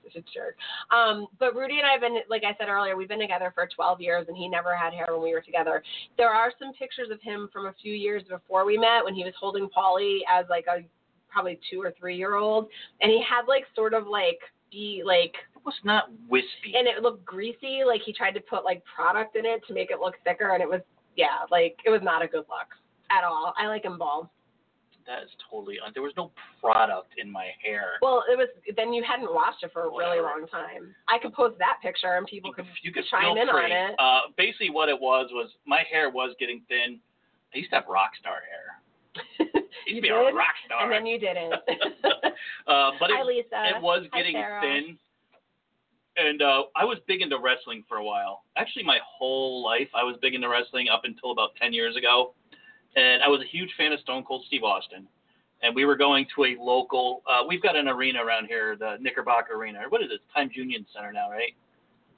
S5: You're such a jerk. Um, but Rudy and I have been, like I said earlier, we've been together for 12 years, and he never had hair when we were together. There are some pictures of him from a few years before we met when he was holding Polly as like a probably two or three year old, and he had like sort of like be like,
S4: It was not wispy.
S5: and it looked greasy. Like he tried to put like product in it to make it look thicker, and it was yeah, like it was not a good look at all. I like him bald.
S4: That is totally. Un- there was no product in my hair.
S5: Well, it was then you hadn't watched it for a really
S4: Whatever.
S5: long time. I could post that picture and people could
S4: you could
S5: chime
S4: feel
S5: in
S4: free.
S5: on it.
S4: Uh, basically, what it was was my hair was getting thin. I used to have rock star hair. I used
S5: You
S4: to be
S5: did?
S4: a rock star.
S5: and then you didn't.
S4: uh, but
S5: Hi,
S4: it,
S5: Lisa.
S4: it was
S5: Hi,
S4: getting
S5: Sarah.
S4: thin. And uh, I was big into wrestling for a while. Actually, my whole life I was big into wrestling up until about 10 years ago. And I was a huge fan of Stone Cold Steve Austin. And we were going to a local, uh, we've got an arena around here, the Knickerbocker Arena. What is it? Times Union Center now, right?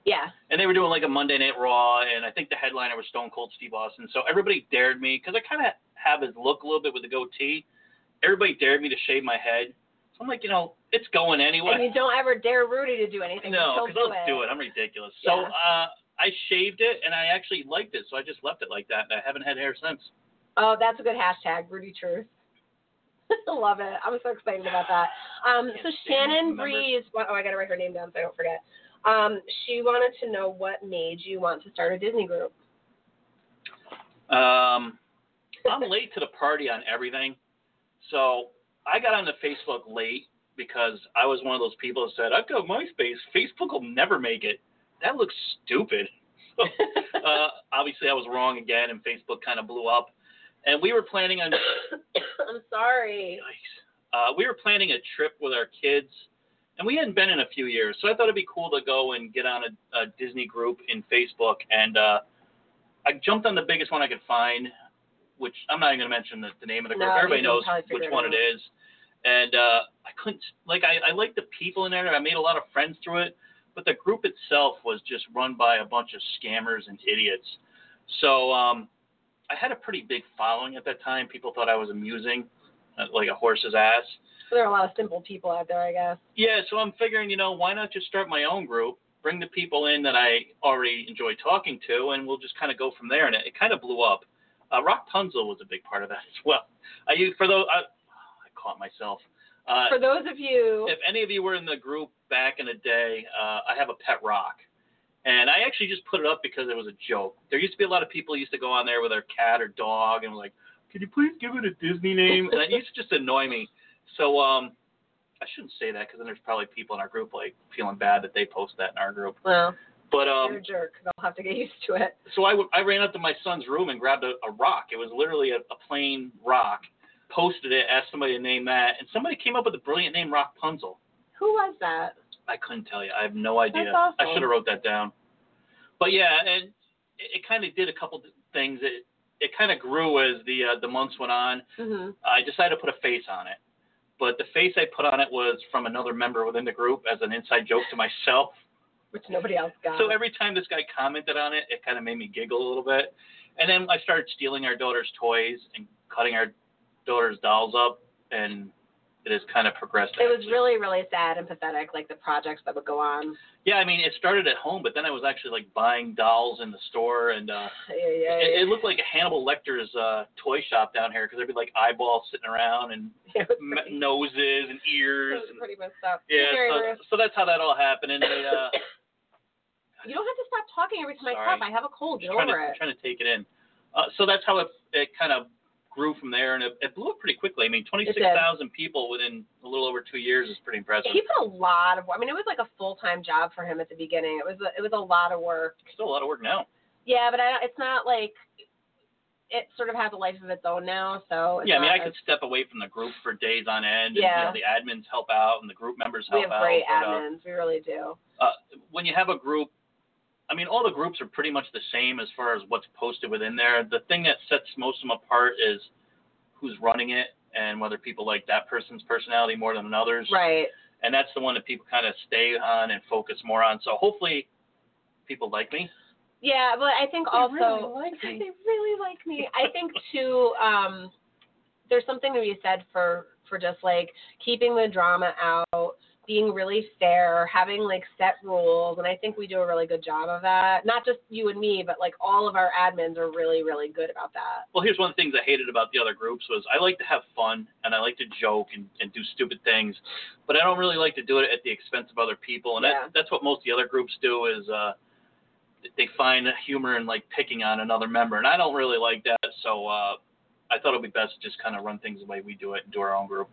S5: Yeah.
S4: and they were doing like a Monday Night Raw, and I think the headliner was Stone Cold Steve Austin. So everybody dared me because I kind of have his look a little bit with the goatee. Everybody dared me to shave my head. So I'm like, you know, it's going anyway.
S5: And you don't ever dare Rudy to do anything.
S4: no,
S5: because
S4: I'll do it. I'm ridiculous. So
S5: Yeah.
S4: uh, I shaved it, and I actually liked it, so I just left it like that, and I haven't had hair since.
S5: Oh, that's a good hashtag, Rudy Truth. I love it. I'm so excited about that. Um,
S4: Can't
S5: so
S4: stand these
S5: Shannon
S4: numbers.
S5: Breeze. wa- Oh, I got to write her name down so I don't forget. Um, she wanted to know what made you want to start a Disney group.
S4: Um, I'm late to the party on everything. So I got onto Facebook late because I was one of those people that said, I've got MySpace. Facebook will never make it. That looks stupid. So, uh, obviously, I was wrong again, and Facebook kind of blew up. And we were planning on
S5: I'm sorry.
S4: Yikes. Uh, we were planning a trip with our kids, and we hadn't been in a few years, so I thought it'd be cool to go and get on a, a Disney group in Facebook. And uh, I jumped on the biggest one I could find, which I'm not even going to mention the, the name of the
S5: No,
S4: group.
S5: you
S4: Everybody
S5: can
S4: knows
S5: probably figure
S4: which
S5: it
S4: one
S5: out.
S4: it is. And uh, I couldn't like I, I liked the people in there. I made a lot of friends through it, but the group itself was just run by a bunch of scammers and idiots. So um, I had a pretty big following at that time. People thought I was amusing, uh, like a horse's ass.
S5: There are a lot of simple people out there, I guess.
S4: Yeah, so I'm figuring, you know, why not just start my own group, bring the people in that I already enjoy talking to, and we'll just kind of go from there. And it, it kind of blew up. Uh, Rock Tunzel was a big part of that as well. I used for those. I, I caught myself. Uh,
S5: For those of you,
S4: if any of you were in the group back in the day, uh, I have a pet rock, and I actually just put it up because it was a joke. There used to be a lot of people used to go on there with their cat or dog and were like, "Can you please give it a Disney name?" And that used to just annoy me. So um, I shouldn't say that because then there's probably people in our group like feeling bad that they post that in our group.
S5: well,
S4: But
S5: you're
S4: um,
S5: a jerk. They'll have to get used to it.
S4: so I, w- I ran up to my son's room and grabbed a, a rock. It was literally a, a plain rock. Posted it, asked somebody to name that, and somebody came up with the brilliant name Rock Punzel.
S5: Who was that?
S4: I couldn't tell you. I have no idea.
S5: That's awesome.
S4: I should have wrote that down. But yeah, and it, it kind of did a couple th- things. It it kind of grew as the uh, the months went on.
S5: hmm
S4: I decided to put a face on it, but the face I put on it was from another member within the group as an inside joke to myself.
S5: Which nobody else got.
S4: So every time this guy commented on it, it kind of made me giggle a little bit. And then I started stealing our daughter's toys and cutting our daughter's dolls up, and it has kind of progressed.
S5: It was
S4: actually.
S5: really, really sad and pathetic, like the projects that would go on.
S4: yeah. I mean, it started at home, but then I was actually like buying dolls in the store, and uh,
S5: Yeah, yeah,
S4: it, it looked like a Hannibal Lecter's uh, toy shop down here because there'd be like eyeballs sitting around and
S5: yeah. It was
S4: m-
S5: pretty,
S4: noses and
S5: it
S4: ears.
S5: was
S4: And,
S5: pretty messed up.
S4: yeah,
S5: Very
S4: so,
S5: rude.
S4: so that's how that all happened. And they, uh,
S5: You don't have to stop talking every time I
S4: Sorry.
S5: stop. I have a cold. Get
S4: just trying to,
S5: over it.
S4: trying to take it in. Uh, so that's how it, it kind of grew from there, and it, it blew up pretty quickly. I mean, 26,000 people within a little over two years is pretty impressive.
S5: He put a lot of. I mean, it was like a full time job for him at the beginning. It was a, it was a lot of work.
S4: Still a lot of work now.
S5: Yeah, but I, don't- it's not like it sort of has a life of its own now. So it's
S4: yeah, I mean,
S5: not
S4: I
S5: as-
S4: could step away from the group for days on end. And, you
S5: Yeah.
S4: know, the admins help out, and the group members
S5: We
S4: help
S5: have
S4: out.
S5: great
S4: but, uh,
S5: admins. We really do.
S4: when you have a group, I mean, all the groups are pretty much the same as far as what's posted within there. The thing that sets most of them apart is who's running it and whether people like that person's personality more than others.
S5: Right.
S4: And that's the one that people kind of stay on and focus more on. So hopefully, people like me.
S5: Yeah, but I think also
S1: really like me.
S5: they really like me. I think too. Um, there's something to be said for for just like keeping the drama out, being really fair, having like set rules, and I think we do a really good job of that. Not just you and me, but like all of our admins are really really good about that.
S4: Well, here's one of the things I hated about the other groups was I like to have fun and I like to joke and, and do stupid things, but I don't really like to do it at the expense of other people. And
S5: Yeah.
S4: that, that's what most of the other groups do is uh, they find humor in like picking on another member, and I don't really like that. So uh, I thought it'd be best to just kind of run things the way we do it and do our own group.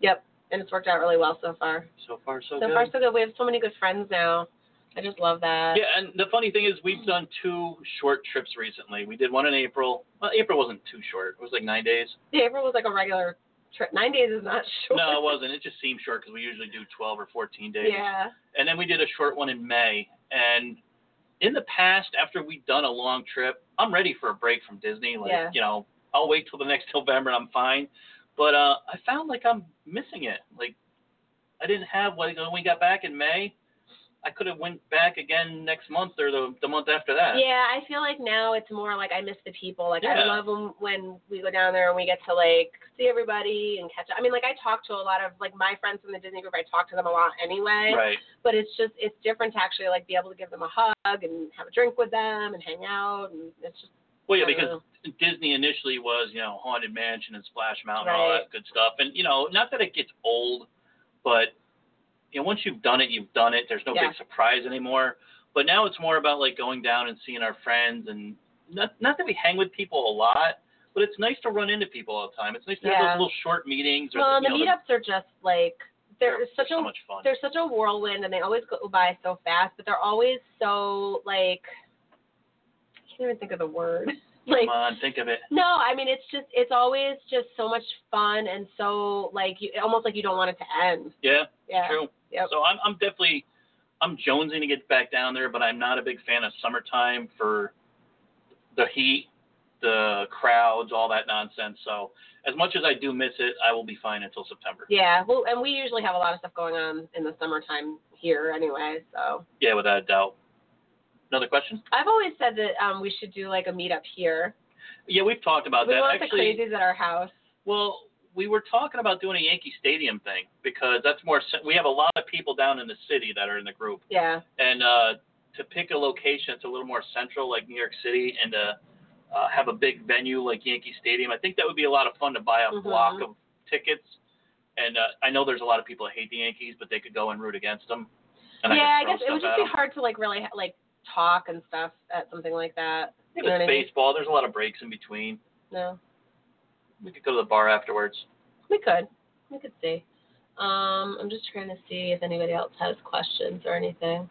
S5: Yep, and it's worked out really well so far.
S4: So far, so,
S5: So
S4: good.
S5: far so good. We have so many good friends now. I just love that.
S4: Yeah, and the funny thing is, we've done two short trips recently. We did one in April. Well, April wasn't too short. It was like nine days.
S5: April was like a regular trip. Nine days is not short.
S4: No, it wasn't. It just seemed short because we usually do 12 or 14 days.
S5: Yeah.
S4: And then we did a short one in May. And in the past, after we'd done a long trip, I'm ready for a break from Disney. Like,
S5: Yeah.
S4: you know, I'll wait till the next November and I'm fine. But uh, I found like I'm missing it. Like, I didn't have like when we got back in May. I could have went back again next month or the the month after that.
S5: Yeah, I feel like now it's more like I miss the people. Like I
S4: Yeah.
S5: love when when we go down there and we get to like see everybody and catch up. I mean, like I talk to a lot of like my friends from the Disney group. I talk to them a lot anyway.
S4: Right.
S5: But it's just it's different to actually like be able to give them a hug and have a drink with them and hang out and it's just
S4: Well, yeah,
S5: I
S4: because
S5: don't
S4: Disney initially was, you know, Haunted Mansion and Splash Mountain, and all
S5: Right.
S4: that good stuff. And you know, not that it gets old, but you know, once you've done it, you've done it. There's no
S5: Yeah.
S4: big surprise anymore. But now it's more about like going down and seeing our friends, and not not that we hang with people a lot, but it's nice to run into people all the time. It's nice to
S5: Yeah.
S4: have those little short meetings. Or,
S5: well, and
S4: you know,
S5: the meetups are just like
S4: they're,
S5: they're, such
S4: so
S5: a
S4: much fun.
S5: they're such a whirlwind and they always go by so fast, but they're always so like I can't even think of the word. Like
S4: Come on, think of it.
S5: No, I mean it's just it's always just so much fun and so like you almost like you don't want it to end.
S4: Yeah,
S5: Yeah.
S4: true.
S5: Yep.
S4: So I'm I'm definitely I'm jonesing to get back down there, but I'm not a big fan of summertime for the heat, the crowds, all that nonsense. So as much as I do miss it, I will be fine until September.
S5: Yeah. Well, and we usually have a lot of stuff going on in the summertime here anyway. So
S4: Yeah, without a doubt. Another question?
S5: I've always said that um, we should do like a meetup here.
S4: Yeah, we've talked about
S5: we
S4: Uh, that.
S5: want
S4: Actually,
S5: the crazies at our house.
S4: well, we were talking about doing a Yankee Stadium thing because that's more. se- We have a lot of people down in the city that are in the group.
S5: Yeah.
S4: and uh, to pick a location that's a little more central, like New York City, and to uh, have a big venue like Yankee Stadium, I think that would be a lot of fun to buy a
S5: Mhm.
S4: block of tickets. And uh, I know there's a lot of people that hate the Yankees, but they could go and root against them. And
S5: yeah, I
S4: could throw
S5: guess it would
S4: stuff
S5: just be
S4: at 'em.
S5: hard to like really like talk and stuff at something like that.
S4: If
S5: you know
S4: it's
S5: what I mean?
S4: baseball, there's a lot of breaks in between.
S5: No.
S4: We could go to the bar afterwards.
S5: We could. We could see. Um, I'm just trying to see if anybody else has questions or anything.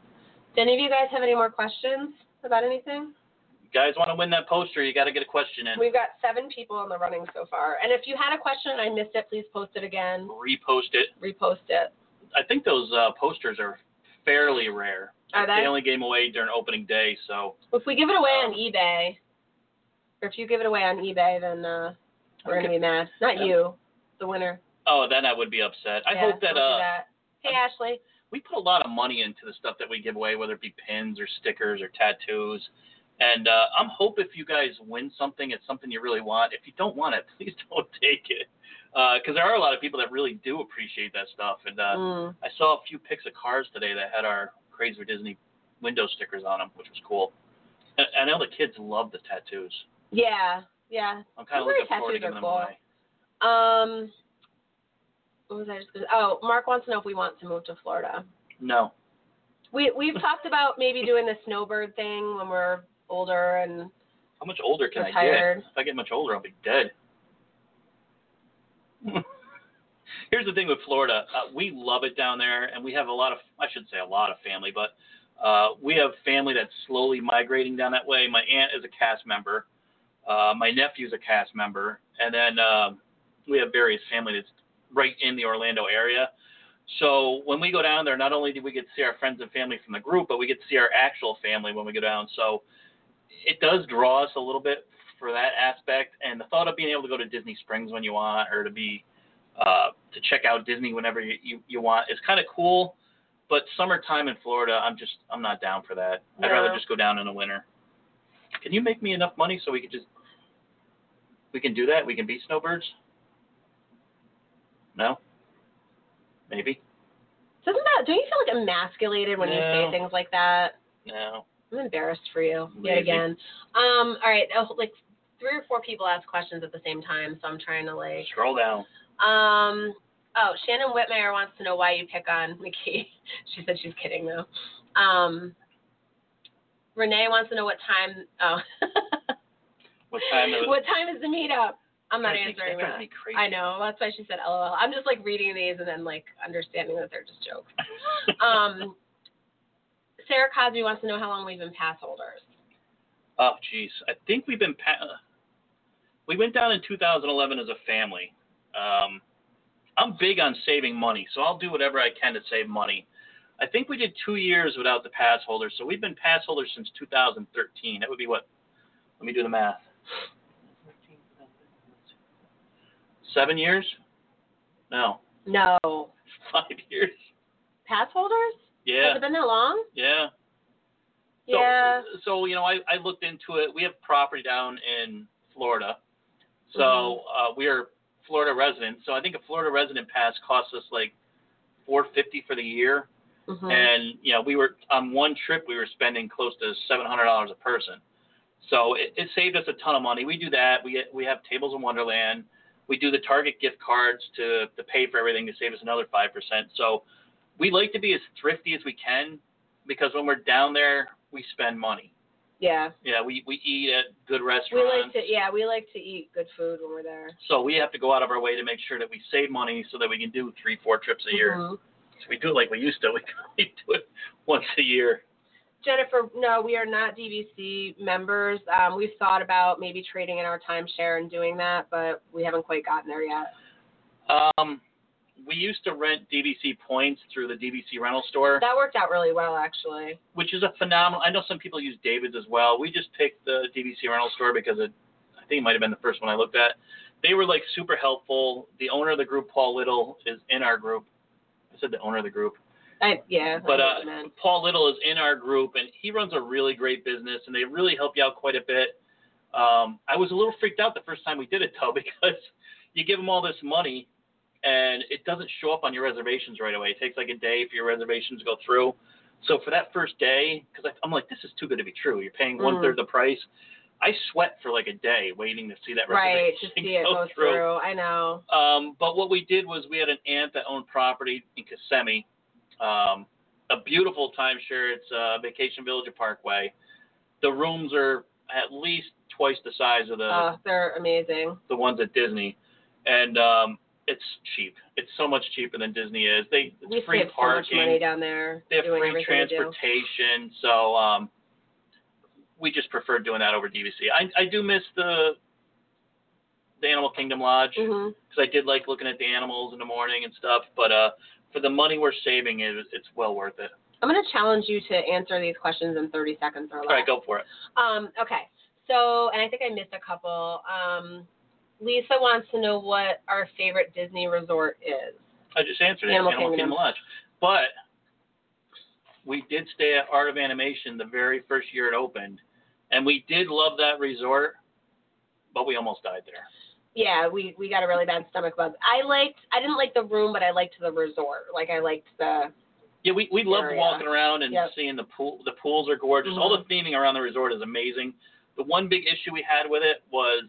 S5: Do any of you guys have any more questions about anything?
S4: You guys want to win that poster? You got to get a question in.
S5: We've got seven people in the running so far. And if you had a question and I missed it, please post it again,
S4: Repost it.
S5: repost it.
S4: I think those uh, posters are fairly rare.
S5: Are they?
S4: only gave them away during opening day, so
S5: If we give it away on eBay, or if you give it away on eBay, then uh, we're going to be mad. Not
S4: Yeah.
S5: you, the winner.
S4: oh, then I would be upset. I
S5: Yeah,
S4: hope that
S5: don't do
S4: uh,
S5: that. Hey, Ashley.
S4: we put a lot of money into the stuff that we give away, whether it be pins or stickers or tattoos. And uh, I'm hope if you guys win something, it's something you really want. If you don't want it, please don't take it, because there are a lot of people that really do appreciate that stuff. And uh,
S5: Mm.
S4: I saw a few pics of cars today that had our Crazy for Disney window stickers on them, which was cool. And I know the kids love the tattoos.
S5: Yeah, yeah.
S4: I'm kind of
S5: Temporary
S4: looking forward to
S5: tattoos are
S4: giving them
S5: cool.
S4: away.
S5: Um, what was I just going to? Oh, Mark wants to know if we want to move to Florida.
S4: No,
S5: We we've talked about maybe doing the snowbird thing when we're older and
S4: how much older can I
S5: Retired.
S4: get? If I get much older, I'll be dead. Here's the thing with Florida. Uh, we love it down there, and we have a lot of, I should say a lot of family, but uh, we have family that's slowly migrating down that way. My aunt is a cast member. Uh, my nephew's a cast member. And then um we have various family that's right in the Orlando area. So when we go down there, not only do we get to see our friends and family from the group, but we get to see our actual family when we go down. So it does draw us a little bit for that aspect. And the thought of being able to go to Disney Springs when you want, or to be uh, to check out Disney whenever you, you, you want, is kind of cool. But summertime in Florida, I'm just I'm not down for that. I'd rather
S5: No.
S4: just go down in the winter. Can you make me enough money so we could just we can do that? We can be snowbirds. No. Maybe.
S5: doesn't that? Don't you feel like emasculated when you
S4: No.
S5: say things like that?
S4: No.
S5: I'm embarrassed for you yet
S4: Lazy.
S5: again. Um, all right, oh, like three or four people asked questions at the same time, so I'm trying to like.
S4: Scroll down.
S5: Um, oh, Shannon Whitmire wants to know why you pick on McKee. she said she's kidding though. Um, Renee wants to know what time. Oh,
S4: What time? Is,
S5: what time is the meetup? I'm
S4: That
S5: not
S4: drives me-
S5: answering
S4: that. drives
S5: that.
S4: me crazy.
S5: I know. That's why she said LOL. I'm just like reading these and then like understanding that they're just jokes. Um, Sarah Cosby wants to know how long we've been pass holders.
S4: Oh, jeez. I think we've been. Pa- uh, we went down in 2011 as a family. Um, I'm big on saving money, so I'll do whatever I can to save money. I think we did two years without the pass holders, so we've been pass holders since 2013. That would be what? Let me do the math. Seven years? No,
S5: No.
S4: five years.
S5: Pass holders? Has
S4: Yeah,
S5: it been that long?
S4: yeah. So,
S5: yeah.
S4: So you know, I, I looked into it. We have property down in Florida, so uh, we are Florida residents. So I think a Florida resident pass costs us like four fifty for the year,
S5: Mhm.
S4: and you know, we were on one trip we were spending close to seven hundred dollars a person. So it, it saved us a ton of money. We do that. We we have tables in Wonderland. We do the Target gift cards to to pay for everything to save us another five percent. So we like to be as thrifty as we can because when we're down there we spend money.
S5: Yeah.
S4: Yeah, we, we eat at good
S5: We
S4: restaurants.
S5: like to yeah, we like to eat good food when we're there.
S4: so we have to go out of our way to make sure that we save money so that we can do three, four trips a year.
S5: Mhm.
S4: So we do it like we used to. We only do it once a year.
S5: Jennifer, no, we are not DVC members. Um, we've thought about maybe trading in our timeshare and doing that, but we haven't quite gotten there yet.
S4: Um, we used to rent DVC points through the DVC rental store,
S5: That worked out really well, actually.
S4: which is a phenomenal. I know some people use David's as well. We just picked the DVC rental store because it, I think it might have been the first one I looked at. They were like super helpful. The owner of the group, Paul Little, is in our group. I said the owner of the group.
S5: I, yeah. I
S4: But
S5: know
S4: uh,
S5: what you meant.
S4: Paul Little is in our group, and he runs a really great business, and they really help you out quite a bit. Um, I was a little freaked out the first time we did it though, because you give them all this money, and it doesn't show up on your reservations right away. It takes like a day for your reservations to go through. So for that first day, because I'm like, this is too good to be true. You're paying one
S5: Mm.
S4: third the price. I sweat for like a day waiting to see that
S5: right,
S4: reservation
S5: to see it
S4: go
S5: go through. I know.
S4: um, but what we did was we had an aunt that owned property in Kissimmee, um, a beautiful timeshare. It's uh, Vacation Village at Parkway. The rooms are at least twice the size of the
S5: Uh, they're amazing.
S4: the ones at Disney, and um, it's cheap. It's so much cheaper than Disney is. They it's
S5: We
S4: free
S5: save so much
S4: parking.
S5: money down there
S4: they have
S5: doing
S4: free
S5: everything we do.
S4: transportation. So um, we just prefer doing that over DVC. I I do miss the the Animal Kingdom Lodge
S5: Mhm.
S4: because I did like looking at the animals in the morning and stuff. But uh, for the money we're saving, it, it's well worth it.
S5: I'm going to challenge you to answer these questions in 30 seconds or less.
S4: All right, go for it.
S5: Um, okay. So, and I think I missed a couple. Um, Lisa wants to know what our favorite Disney resort is.
S4: I just answered it.
S5: Animal
S4: Animal,
S5: Kingdom.
S4: Kingdom. Lodge. But we did stay at Art of Animation the very first year it opened, And we did love that resort, but we almost died there.
S5: Yeah, we we got a really bad stomach bug. I liked I didn't like the room, but I liked the resort. Like I liked the oh
S4: Yeah, we, we loved
S5: Area.
S4: walking around and
S5: Yep. Mm-hmm.
S4: seeing the pool. The pools are gorgeous. All the theming around the resort is amazing. The one big issue we had with it was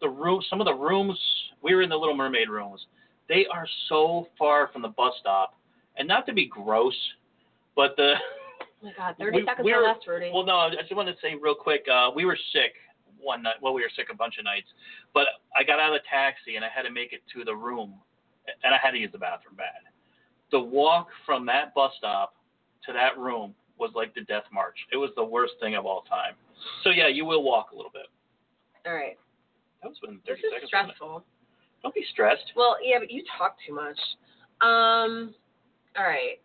S4: the room. Some of the rooms we were in the Little Mermaid rooms. They are so far from the bus stop, and not to be gross, but the
S5: oh my god, thirty
S4: we-
S5: seconds
S4: we
S5: or
S4: were-
S5: less, Rudy.
S4: Well, no, I just wanted to say real quick. Uh, we were sick one night. Well, we were sick a bunch of nights, but I got out of the taxi and I had to make it to the room, and I had to use the bathroom bad. The walk from that bus stop to that room was like the death march. It was the worst thing of all time. So yeah, you will walk a little bit.
S5: All right.
S4: That was within 30
S5: This is
S4: seconds. wasn't it?
S5: stressful.
S4: Don't be stressed.
S5: Well, yeah, but you talk too much. Um, all right.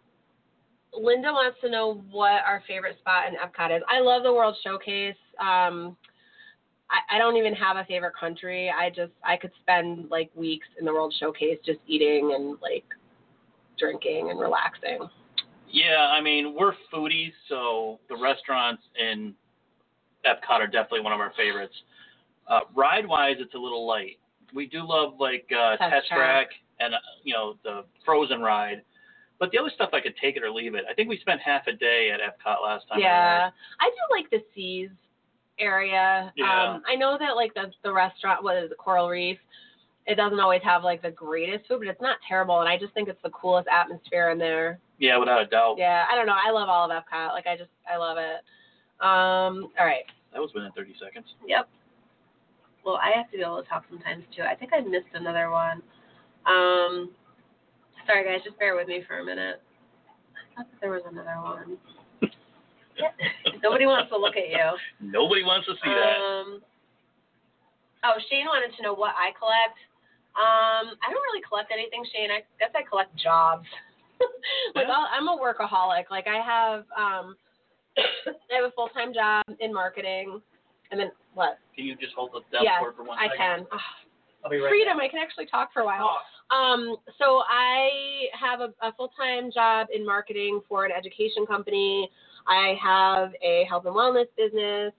S5: Linda wants to know what our favorite spot in Epcot is. I love the World Showcase. Um, I, I don't even have a favorite country. I just I could spend like weeks in the World Showcase just eating and like drinking and relaxing.
S4: Yeah, I mean we're foodies, so the restaurants in Epcot are definitely one of our favorites. Uh, ride wise, it's a little light. We do love like uh,
S5: Test
S4: Test Track
S5: Track.
S4: and uh, you know the Frozen ride, but the other stuff I could take it or leave it. I think we spent half a day at Epcot last time. we were there.
S5: Yeah, I do like the seas area.
S4: Yeah.
S5: Um, I know that like the the restaurant was Coral Reef. It doesn't always have like the greatest food, but it's not terrible, and I just think it's the coolest atmosphere in there.
S4: Yeah, without a doubt.
S5: Yeah, I don't know. I love all of Epcot. Like I just I love it. Um, all right.
S4: That was within 30 seconds.
S5: Yep. Well, I have to be able to talk sometimes too. I think I missed another one. Um, sorry guys, just bear with me for a minute. I thought that there was another one. Nobody wants to look at you.
S4: Nobody wants to see that.
S5: Um, oh, Shane wanted to know what I collect. Um, I don't really collect anything, Shane. I guess I collect jobs. like
S4: Yeah.
S5: I'll, I'm a workaholic. Like I have, um, I have a full time job in marketing, and then what?
S4: Can you just hold the down
S5: yeah,
S4: for one
S5: I
S4: second?
S5: can. Ah,
S4: I'll be right
S5: freedom. I can actually talk for a
S4: back.
S5: while. Um, so I have a, a full-time job in marketing for an education company. I have a health and wellness business.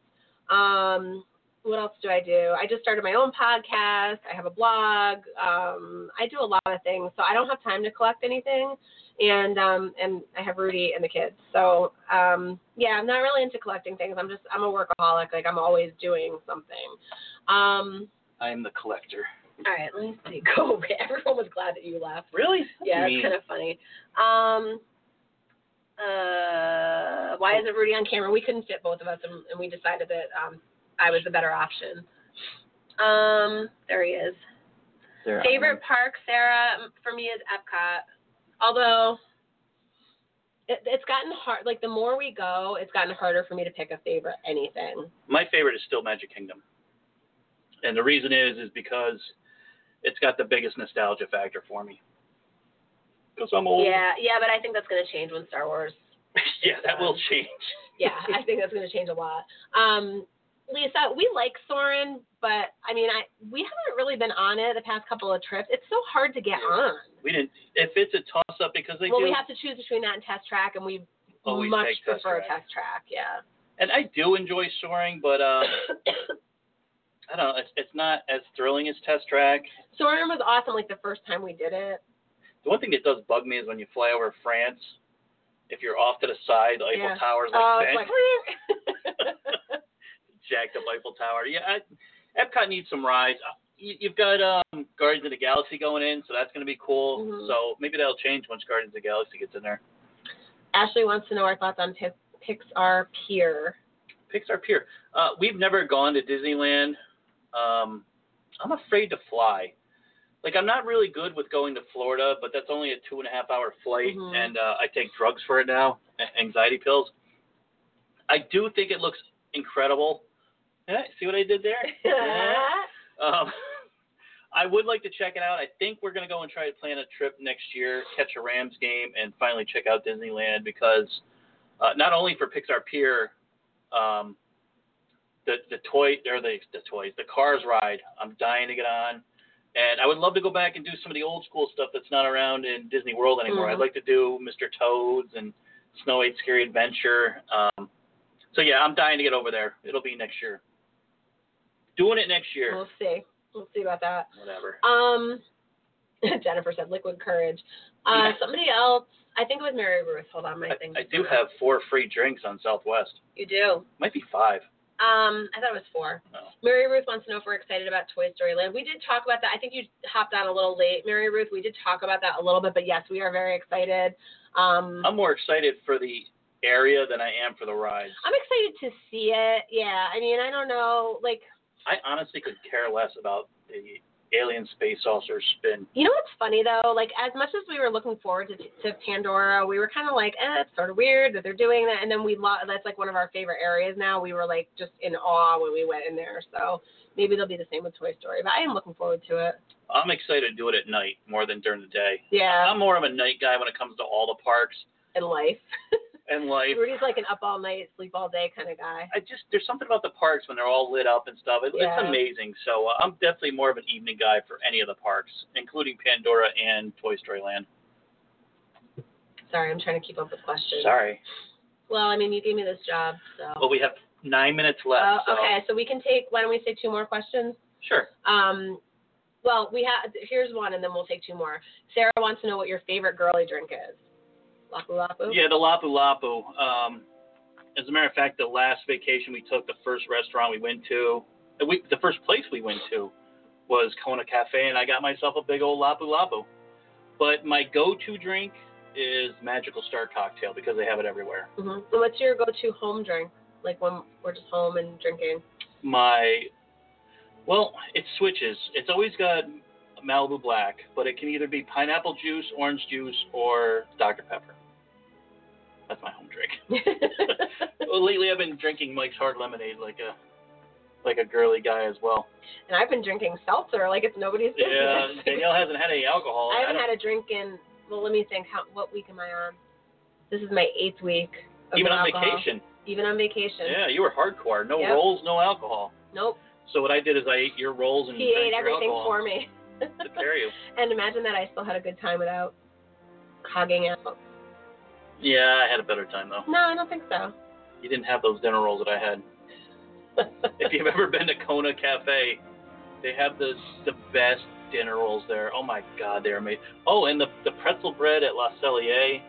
S5: Um, what else do I do? I just started my own podcast. I have a blog. Um, I do a lot of things, so I don't have time to collect anything. And um, and I have Rudy and the kids. So um, yeah, I'm not really into collecting things. I'm just I'm a workaholic. Like I'm always doing something. Um,
S4: I am the collector.
S5: all right, let me see. Go away. Everyone was glad that you left.
S4: Really?
S5: Yeah,
S4: Mean.
S5: it's kind of funny. Um, uh, why isn't Rudy on camera? We couldn't fit both of us, and, and we decided that um, I was the better option. Um, there he is.
S4: There,
S5: Favorite park, Sarah, m- for me is Epcot. Although it, it's gotten hard. Like the more we go, it's gotten harder for me to pick a favorite anything.
S4: my favorite is still Magic Kingdom. And the reason is is because it's got the biggest nostalgia factor for me. Because I'm old.
S5: Yeah, yeah, but I think that's gonna change when Star Wars
S4: Oh. Yeah, that will change.
S5: yeah, I think that's going to change a lot. Um, Lisa, we like Soren, but I mean, I we haven't really been on it the past couple of trips. It's so hard to get on.
S4: We didn't. If it's a toss up because they
S5: well,
S4: do
S5: we have to choose between that and test track, and we
S4: always
S5: much
S4: take test
S5: prefer
S4: drive.
S5: test track. Yeah.
S4: And I do enjoy soaring, but uh, I don't know. It's, it's not as thrilling as test track.
S5: Soren was awesome. Like the first time we did it.
S4: The one thing that does bug me is when you fly over France. If you're off to the side, the Eiffel
S5: Yeah.
S4: Tower's like
S5: Oh,
S4: bent.
S5: it's like.
S4: jacked up Eiffel Tower. Yeah, I, Epcot needs some rides. Uh, You, you've got um, Guardians of the Galaxy going in, so that's going to be cool.
S5: Mhm.
S4: So maybe that'll change once Guardians of the Galaxy gets in there.
S5: Ashley wants to know our thoughts on Pix- Pixar Pier.
S4: Pixar Pier. Uh, we've never gone to Disneyland. Um, I'm afraid to fly. Like I'm not really good with going to Florida, but that's only a two and a half hour flight,
S5: Mhm.
S4: and uh, I take drugs for it now, a- anxiety pills. I do think it looks incredible. Eh, see what I did there? Yeah. Um, I would like to check it out. I think we're going to go and try to plan a trip next year, catch a Rams game, and finally check out Disneyland because uh, not only for Pixar Pier, um, the the toy or the the toys, the Cars ride, I'm dying to get on, and I would love to go back and do some of the old school stuff that's not around in Disney World anymore.
S5: Mhm.
S4: I'd like to do Mr. Toad's and Snow White's Scary Adventure. Um, So yeah, I'm dying to get over there. It'll be next year. Doing it next year.
S5: We'll see. We'll see about that.
S4: Whatever.
S5: Um, Jennifer said liquid courage. Uh, somebody else, I think it was Mary Ruth. Hold on, my
S4: I,
S5: thing.
S4: I do have four free drinks on Southwest.
S5: You do.
S4: Might be five.
S5: Um, I thought it was four.
S4: Oh.
S5: Mary Ruth wants to know if we're excited about Toy Story Land. We did talk about that. I think you hopped on a little late, Mary Ruth. We did talk about that a little bit, but yes, we are very excited. Um,
S4: I'm more excited for the area than I am for the rides.
S5: I'm excited to see it. Yeah, I mean, I don't know, like.
S4: I honestly could care less about the alien space saucer spin.
S5: You know what's funny though? Like as much as we were looking forward to, to Pandora, we were kind of like, eh, it's sort of weird that they're doing that. And then we lo- that's like one of our favorite areas now. We were like just in awe when we went in there. So maybe it'll be the same with Toy Story, but I am looking forward to it.
S4: I'm excited to do it at night more than during the day.
S5: Yeah,
S4: I'm more of a night guy when it comes to all the parks
S5: and life.
S4: and life.
S5: Rudy's like an up all night, sleep all day kind of guy.
S4: I just there's something about the parks when they're all lit up and stuff. It,
S5: Yeah.
S4: It's amazing. So uh, I'm definitely more of an evening guy for any of the parks, including Pandora and Toy Story Land.
S5: Sorry, I'm trying to keep up with questions.
S4: Sorry.
S5: Well, I mean, you gave me this job, so.
S4: Well, we have nine minutes left.
S5: Uh,
S4: so-
S5: okay, so we can take. Why don't we say two more questions?
S4: Sure.
S5: Um, well, we have here's one, and then we'll take two more. Sarah wants to know what your favorite girly drink is. Lapu Lapu.
S4: Yeah, the Lapu Lapu. Um, as a matter of fact, the last vacation we took, the first restaurant we went to, uh, we, the first place we went to was Kona Cafe, and I got myself a big old Lapu Lapu. But my go to drink is Magical Star Cocktail because they have it everywhere.
S5: hmm And what's your go-to home drink? Like when we're just home and drinking.
S4: my well, it switches. It's always got Malibu Black, but it can either be pineapple juice, orange juice, or Dr. Pepper. That's my home drink.
S5: and
S4: well, lately I've been drinking Mike's Hard Lemonade like a like a girly guy as well.
S5: I've been drinking seltzer like it's nobody's business.
S4: Yeah, Danielle hasn't had any alcohol.
S5: I haven't
S4: don't-
S5: had a drink in. Well, let me think. How, what week am I on? This is my eighth week. Of
S4: even
S5: no
S4: on
S5: alcohol.
S4: vacation.
S5: Even on vacation.
S4: Yeah, you were hardcore. No
S5: Yep.
S4: rolls, no alcohol.
S5: Nope.
S4: So what I did is I ate your rolls and
S5: He
S4: drank
S5: ate
S4: your
S5: everything
S4: alcohol.
S5: for me.
S4: To pair you.
S5: and imagine that I still had a good time without hogging out.
S4: Yeah, I had a better time though.
S5: No, I don't think so.
S4: You didn't have those dinner rolls that I had. if you've ever been to Kona Cafe, they have the the best dinner rolls there. Oh my God, they're amazing. Oh, and the the pretzel bread at La Cellier.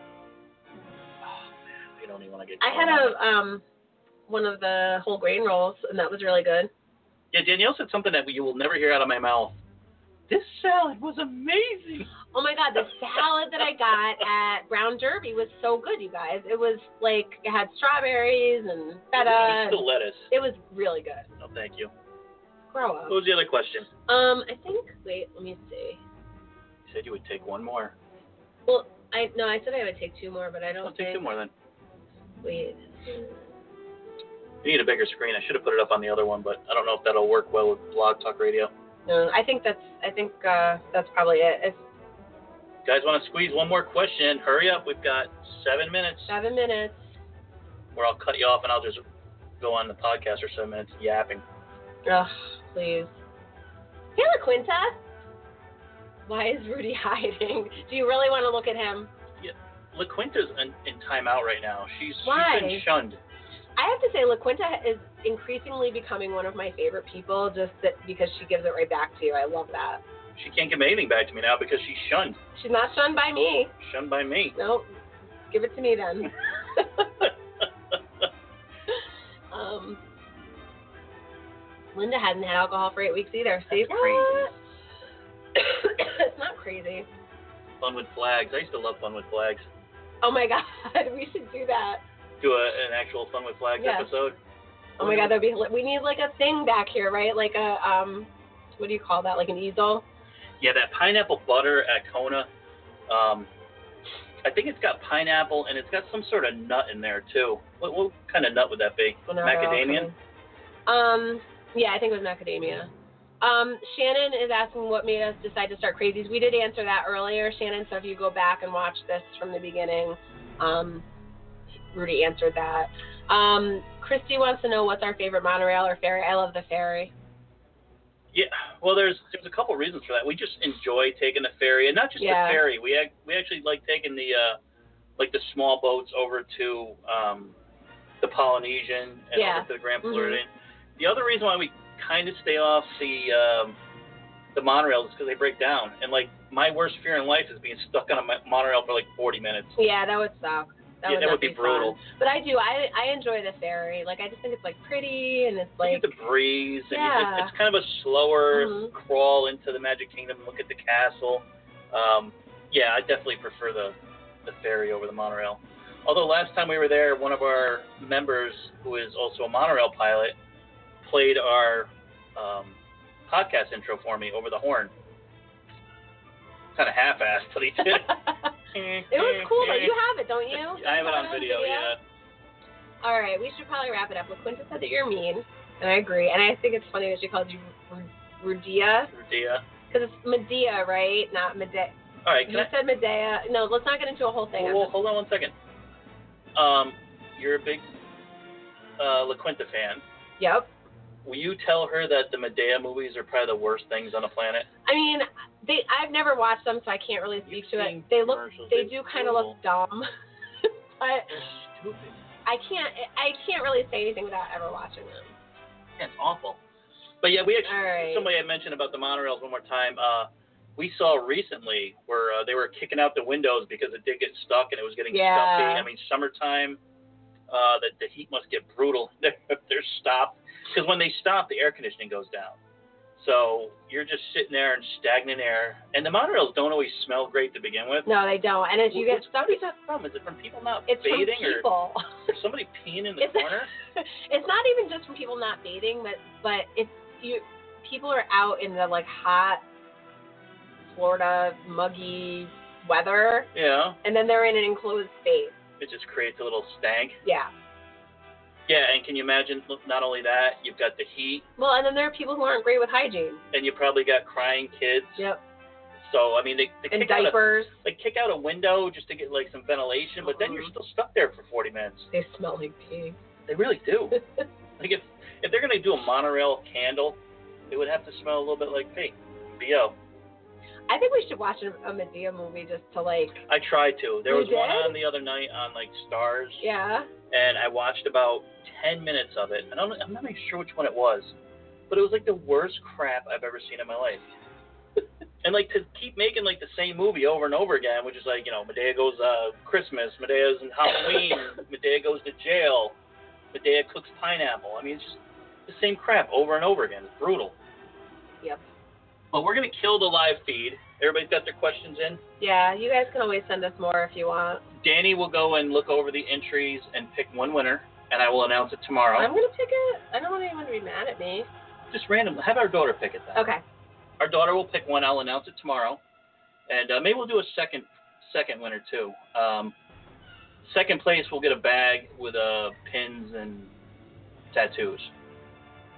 S4: Oh, man, I don't even want to get.
S5: I had
S4: going on it.
S5: a um one of the whole grain rolls, and that was really good.
S4: Yeah, Danielle said something that you will never hear out of my mouth. This salad was amazing.
S5: Oh my god, the salad that I got at Brown Derby was so good, you guys. It was like it had strawberries
S4: It
S5: and
S4: was
S5: feta.
S4: the lettuce.
S5: It was really good.
S4: No, thank you.
S5: Grow
S4: What
S5: up.
S4: was the other question?
S5: Um, I think. Wait, let me see.
S4: You said you would take one more.
S5: Well, I no, I said I would take two more, but I don't
S4: I'll take
S5: think.
S4: two more then.
S5: Wait.
S4: You need a bigger screen. I should have put it up on the other one, but I don't know if that'll work well with Blog Talk Radio.
S5: No, I think that's. I think uh, that's probably it. It's
S4: Guys, want to squeeze one more question? Hurry up. We've got seven minutes
S5: seven minutes.
S4: where I'll cut you off and I'll just go on the podcast for seven minutes yapping.
S5: Ugh, please. Hello, Quinta. Why is Rudy hiding? Do you really want to look at him?
S4: LaQuinta's in, in timeout right now. She's,
S5: Why?
S4: she's been shunned.
S5: I have to say, LaQuinta is increasingly becoming one of my favorite people just that, because she gives it right back to you. I love that.
S4: She can't give anything back to me now because she's shunned.
S5: She's not shunned by me.
S4: Shunned by me.
S5: No, give it to me then. um, Linda hasn't had alcohol for eight weeks either. See,
S4: That's crazy.
S5: What? it's not crazy.
S4: Fun with flags. I used to love Fun with Flags.
S5: Oh my god, we should do that.
S4: Do a, an actual Fun with Flags
S5: Yeah.
S4: episode.
S5: Oh my god, that'd be hila- we need like a thing back here, right? Like a um, what do you call that? Like an easel.
S4: Yeah, that pineapple butter at Kona. Um, I think it's got pineapple and it's got some sort of nut in there too. What, what kind of nut would that be?
S5: When they're all
S4: Macadamia?
S5: coming. Um, yeah, I think it was macadamia. Um, Shannon is asking what made us decide to start crazies. We did answer that earlier, Shannon. So if you go back and watch this from the beginning, um, Rudy answered that. Um, Christy wants to know what's our favorite monorail or ferry. I love the ferry.
S4: Yeah, well, there's there's a couple reasons for that. We just enjoy taking the ferry, and not just
S5: Yeah.
S4: the ferry. We ac- we actually like taking the uh, like the small boats over to um, the Polynesian and
S5: Yeah.
S4: over to the Grand
S5: Mhm.
S4: Floridian. The other reason why we kind of stay off the um, the monorails is because they break down. And like my worst fear in life is being stuck on a mo- monorail for like 40 minutes.
S5: Yeah, that would suck. That
S4: Yeah,
S5: would,
S4: that
S5: not
S4: would be brutal.
S5: Fun. But I do. I I enjoy the ferry. Like I just think it's like pretty and it's
S4: You
S5: like
S4: get the breeze, and you
S5: Yeah.
S4: just, it's kind of a slower
S5: Mhm.
S4: crawl into the Magic Kingdom and look at the castle. Um, yeah, I definitely prefer the the ferry over the monorail. Although last time we were there, one of our members, who is also a monorail pilot, played our um, podcast intro for me over the horn. Kind of half-assed, but he did.
S5: it was cool though. You have it, don't you?
S4: I have it
S5: Don't you
S4: on video, yeah.
S5: All right, we should probably wrap it up. LaQuinta said that you're mean, and I agree. And I think it's funny that she called you Ru- Rudia
S4: Yeah.
S5: because it's Medea, right? Not Medea.
S4: All right, can
S5: You
S4: I,
S5: said Medea. No, let's not get into a whole thing. I'm
S4: Well, hold on one second. Um, you're a big uh, La Quinta fan.
S5: just- Yep.
S4: Will you tell her that the Medea movies are probably the worst things on the planet?
S5: I mean, they. I've never watched them, so I can't really speak
S4: You've
S5: to
S4: seen
S5: it. They look.
S4: commercials, it's
S5: They do kind of look dumb, but
S4: They're stupid.
S5: I can't. I can't really say anything without ever watching them.
S4: Yeah, it's awful. But yeah, we actually
S5: All right.
S4: somebody I mentioned about the monorails one more time. Uh, we saw recently where uh, they were kicking out the windows because it did get stuck and it was getting
S5: Yeah.
S4: stuffy. I mean, summertime, uh, the, the heat must get brutal. They're, they're stopped because when they stop, the air conditioning goes down. So you're just sitting there in stagnant air, and the monorails don't always smell great to begin with.
S5: No, they don't. And as you get
S4: What's-
S5: stuck,
S4: what is that from? Is it from people not
S5: it's from
S4: bathing or,
S5: people.
S4: or somebody peeing in the
S5: It's-
S4: corner?
S5: it's not even just from people not bathing, but but it's you. People are out in the like hot Florida muggy weather,
S4: Yeah,
S5: and then they're in an enclosed space.
S4: it just creates a little stank.
S5: Yeah.
S4: Yeah, and can you imagine? Look, not only that, you've got the heat,
S5: Well, and then there are people who aren't great with hygiene.
S4: and you probably got crying kids.
S5: Yep.
S4: So I mean, they, they
S5: And
S4: kick out a,
S5: diapers.
S4: like kick out a window just to get like some ventilation, but then you're
S5: Mhm.
S4: still stuck there for 40 minutes.
S5: They smell like pee.
S4: They really do. like if if they're gonna do a monorail candle, it would have to smell a little bit like pee. Bo.
S5: I think we should watch a, a Medea movie just to like,
S4: I tried to. There
S5: You
S4: was one
S5: did?
S4: on the other night on like Stars,
S5: yeah.
S4: and I watched about 10 minutes of it, and I'm, I'm not even sure which one it was, but it was like the worst crap I've ever seen in my life. and like to keep making like the same movie over and over again, which is like you know Medea goes uh, Christmas, Medea's in Halloween, Medea goes to jail, Medea cooks pineapple. I mean, it's just the same crap over and over again. It's brutal.
S5: Yep.
S4: But we're gonna kill the live feed. Everybody's got their questions in.
S5: Yeah, you guys can always send us more if you want.
S4: Danny will go and look over the entries and pick one winner, and I will announce it tomorrow.
S5: I'm gonna pick it. I don't want anyone to be mad at me.
S4: Just randomly. Have our daughter pick it then.
S5: Okay.
S4: Our daughter will pick one. I'll announce it tomorrow, and uh, maybe we'll do a second second winner too. Um, second place, we'll get a bag with uh, pins and tattoos.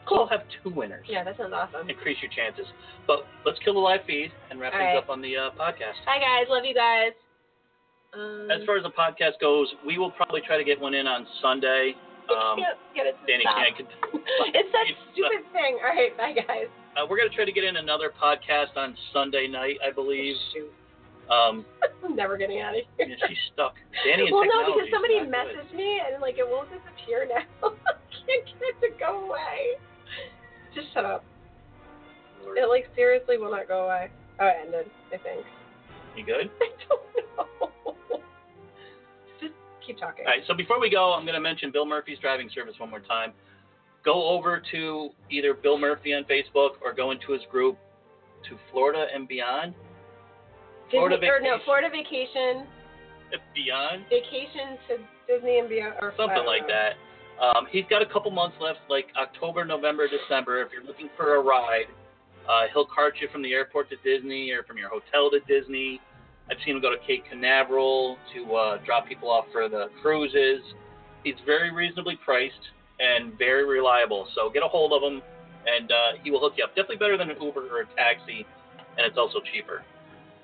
S4: So we'll have two winners.
S5: Yeah, that sounds awesome.
S4: Increase your chances. But let's kill the live feed and wrap
S5: All
S4: things
S5: right. Um,
S4: up on the uh, podcast.
S5: Hi guys, love you guys. Um,
S4: As far as the podcast goes, we will probably try to get one in on Sunday.
S5: I
S4: Um,
S5: can't get it to
S4: Danny
S5: stop.
S4: can't.
S5: it's such
S4: It's,
S5: a stupid thing. All right, bye guys.
S4: Uh, we're gonna try to get in another podcast on Sunday night, I believe.
S5: Shoot,
S4: Um,
S5: I'm never getting out of here.
S4: yeah, she's stuck. Danny and
S5: well,
S4: technology.
S5: no, because
S4: is
S5: somebody
S4: not good.
S5: messaged me and like it won't disappear now. I can't get it to go away. Just shut up.
S4: Lord.
S5: It like seriously will not go away. Oh, it ended. I think.
S4: You good?
S5: I don't know. Just keep talking.
S4: All right. So before we go, I'm going to mention Bill Murphy's driving service one more time. Go over to either Bill Murphy on Facebook or go into his group to Florida and Beyond.
S5: Disney,
S4: Florida
S5: or no,
S4: vacation.
S5: Florida vacation,
S4: Beyond,
S5: vacation to Disney and beyond, or I
S4: something
S5: don't
S4: like
S5: know.
S4: that. Um, he's got a couple months left, like October, November, December. If you're looking for a ride, uh, he'll cart you from the airport to Disney or from your hotel to Disney. I've seen him go to Cape Canaveral to uh, drop people off for the cruises. He's very reasonably priced and very reliable. So get a hold of him, and uh, he will hook you up. Definitely better than an Uber or a taxi, and it's also cheaper.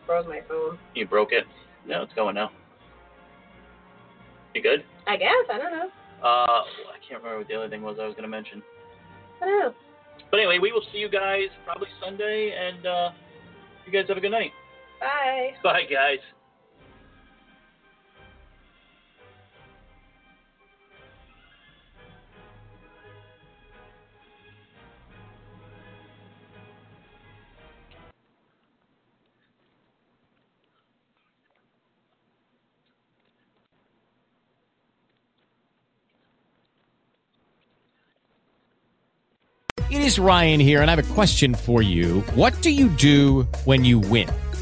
S5: Froze my phone.
S4: You broke it. No, it's going now. You good?
S5: I guess. I don't know.
S4: Uh, I can't remember what the other thing was I was going to mention.
S5: I don't know.
S4: But anyway, we will see you guys probably Sunday, and uh, you guys have a good night.
S5: Bye.
S4: Bye, guys.
S6: It is Ryan here, and I have a question for you. What do you do when you win?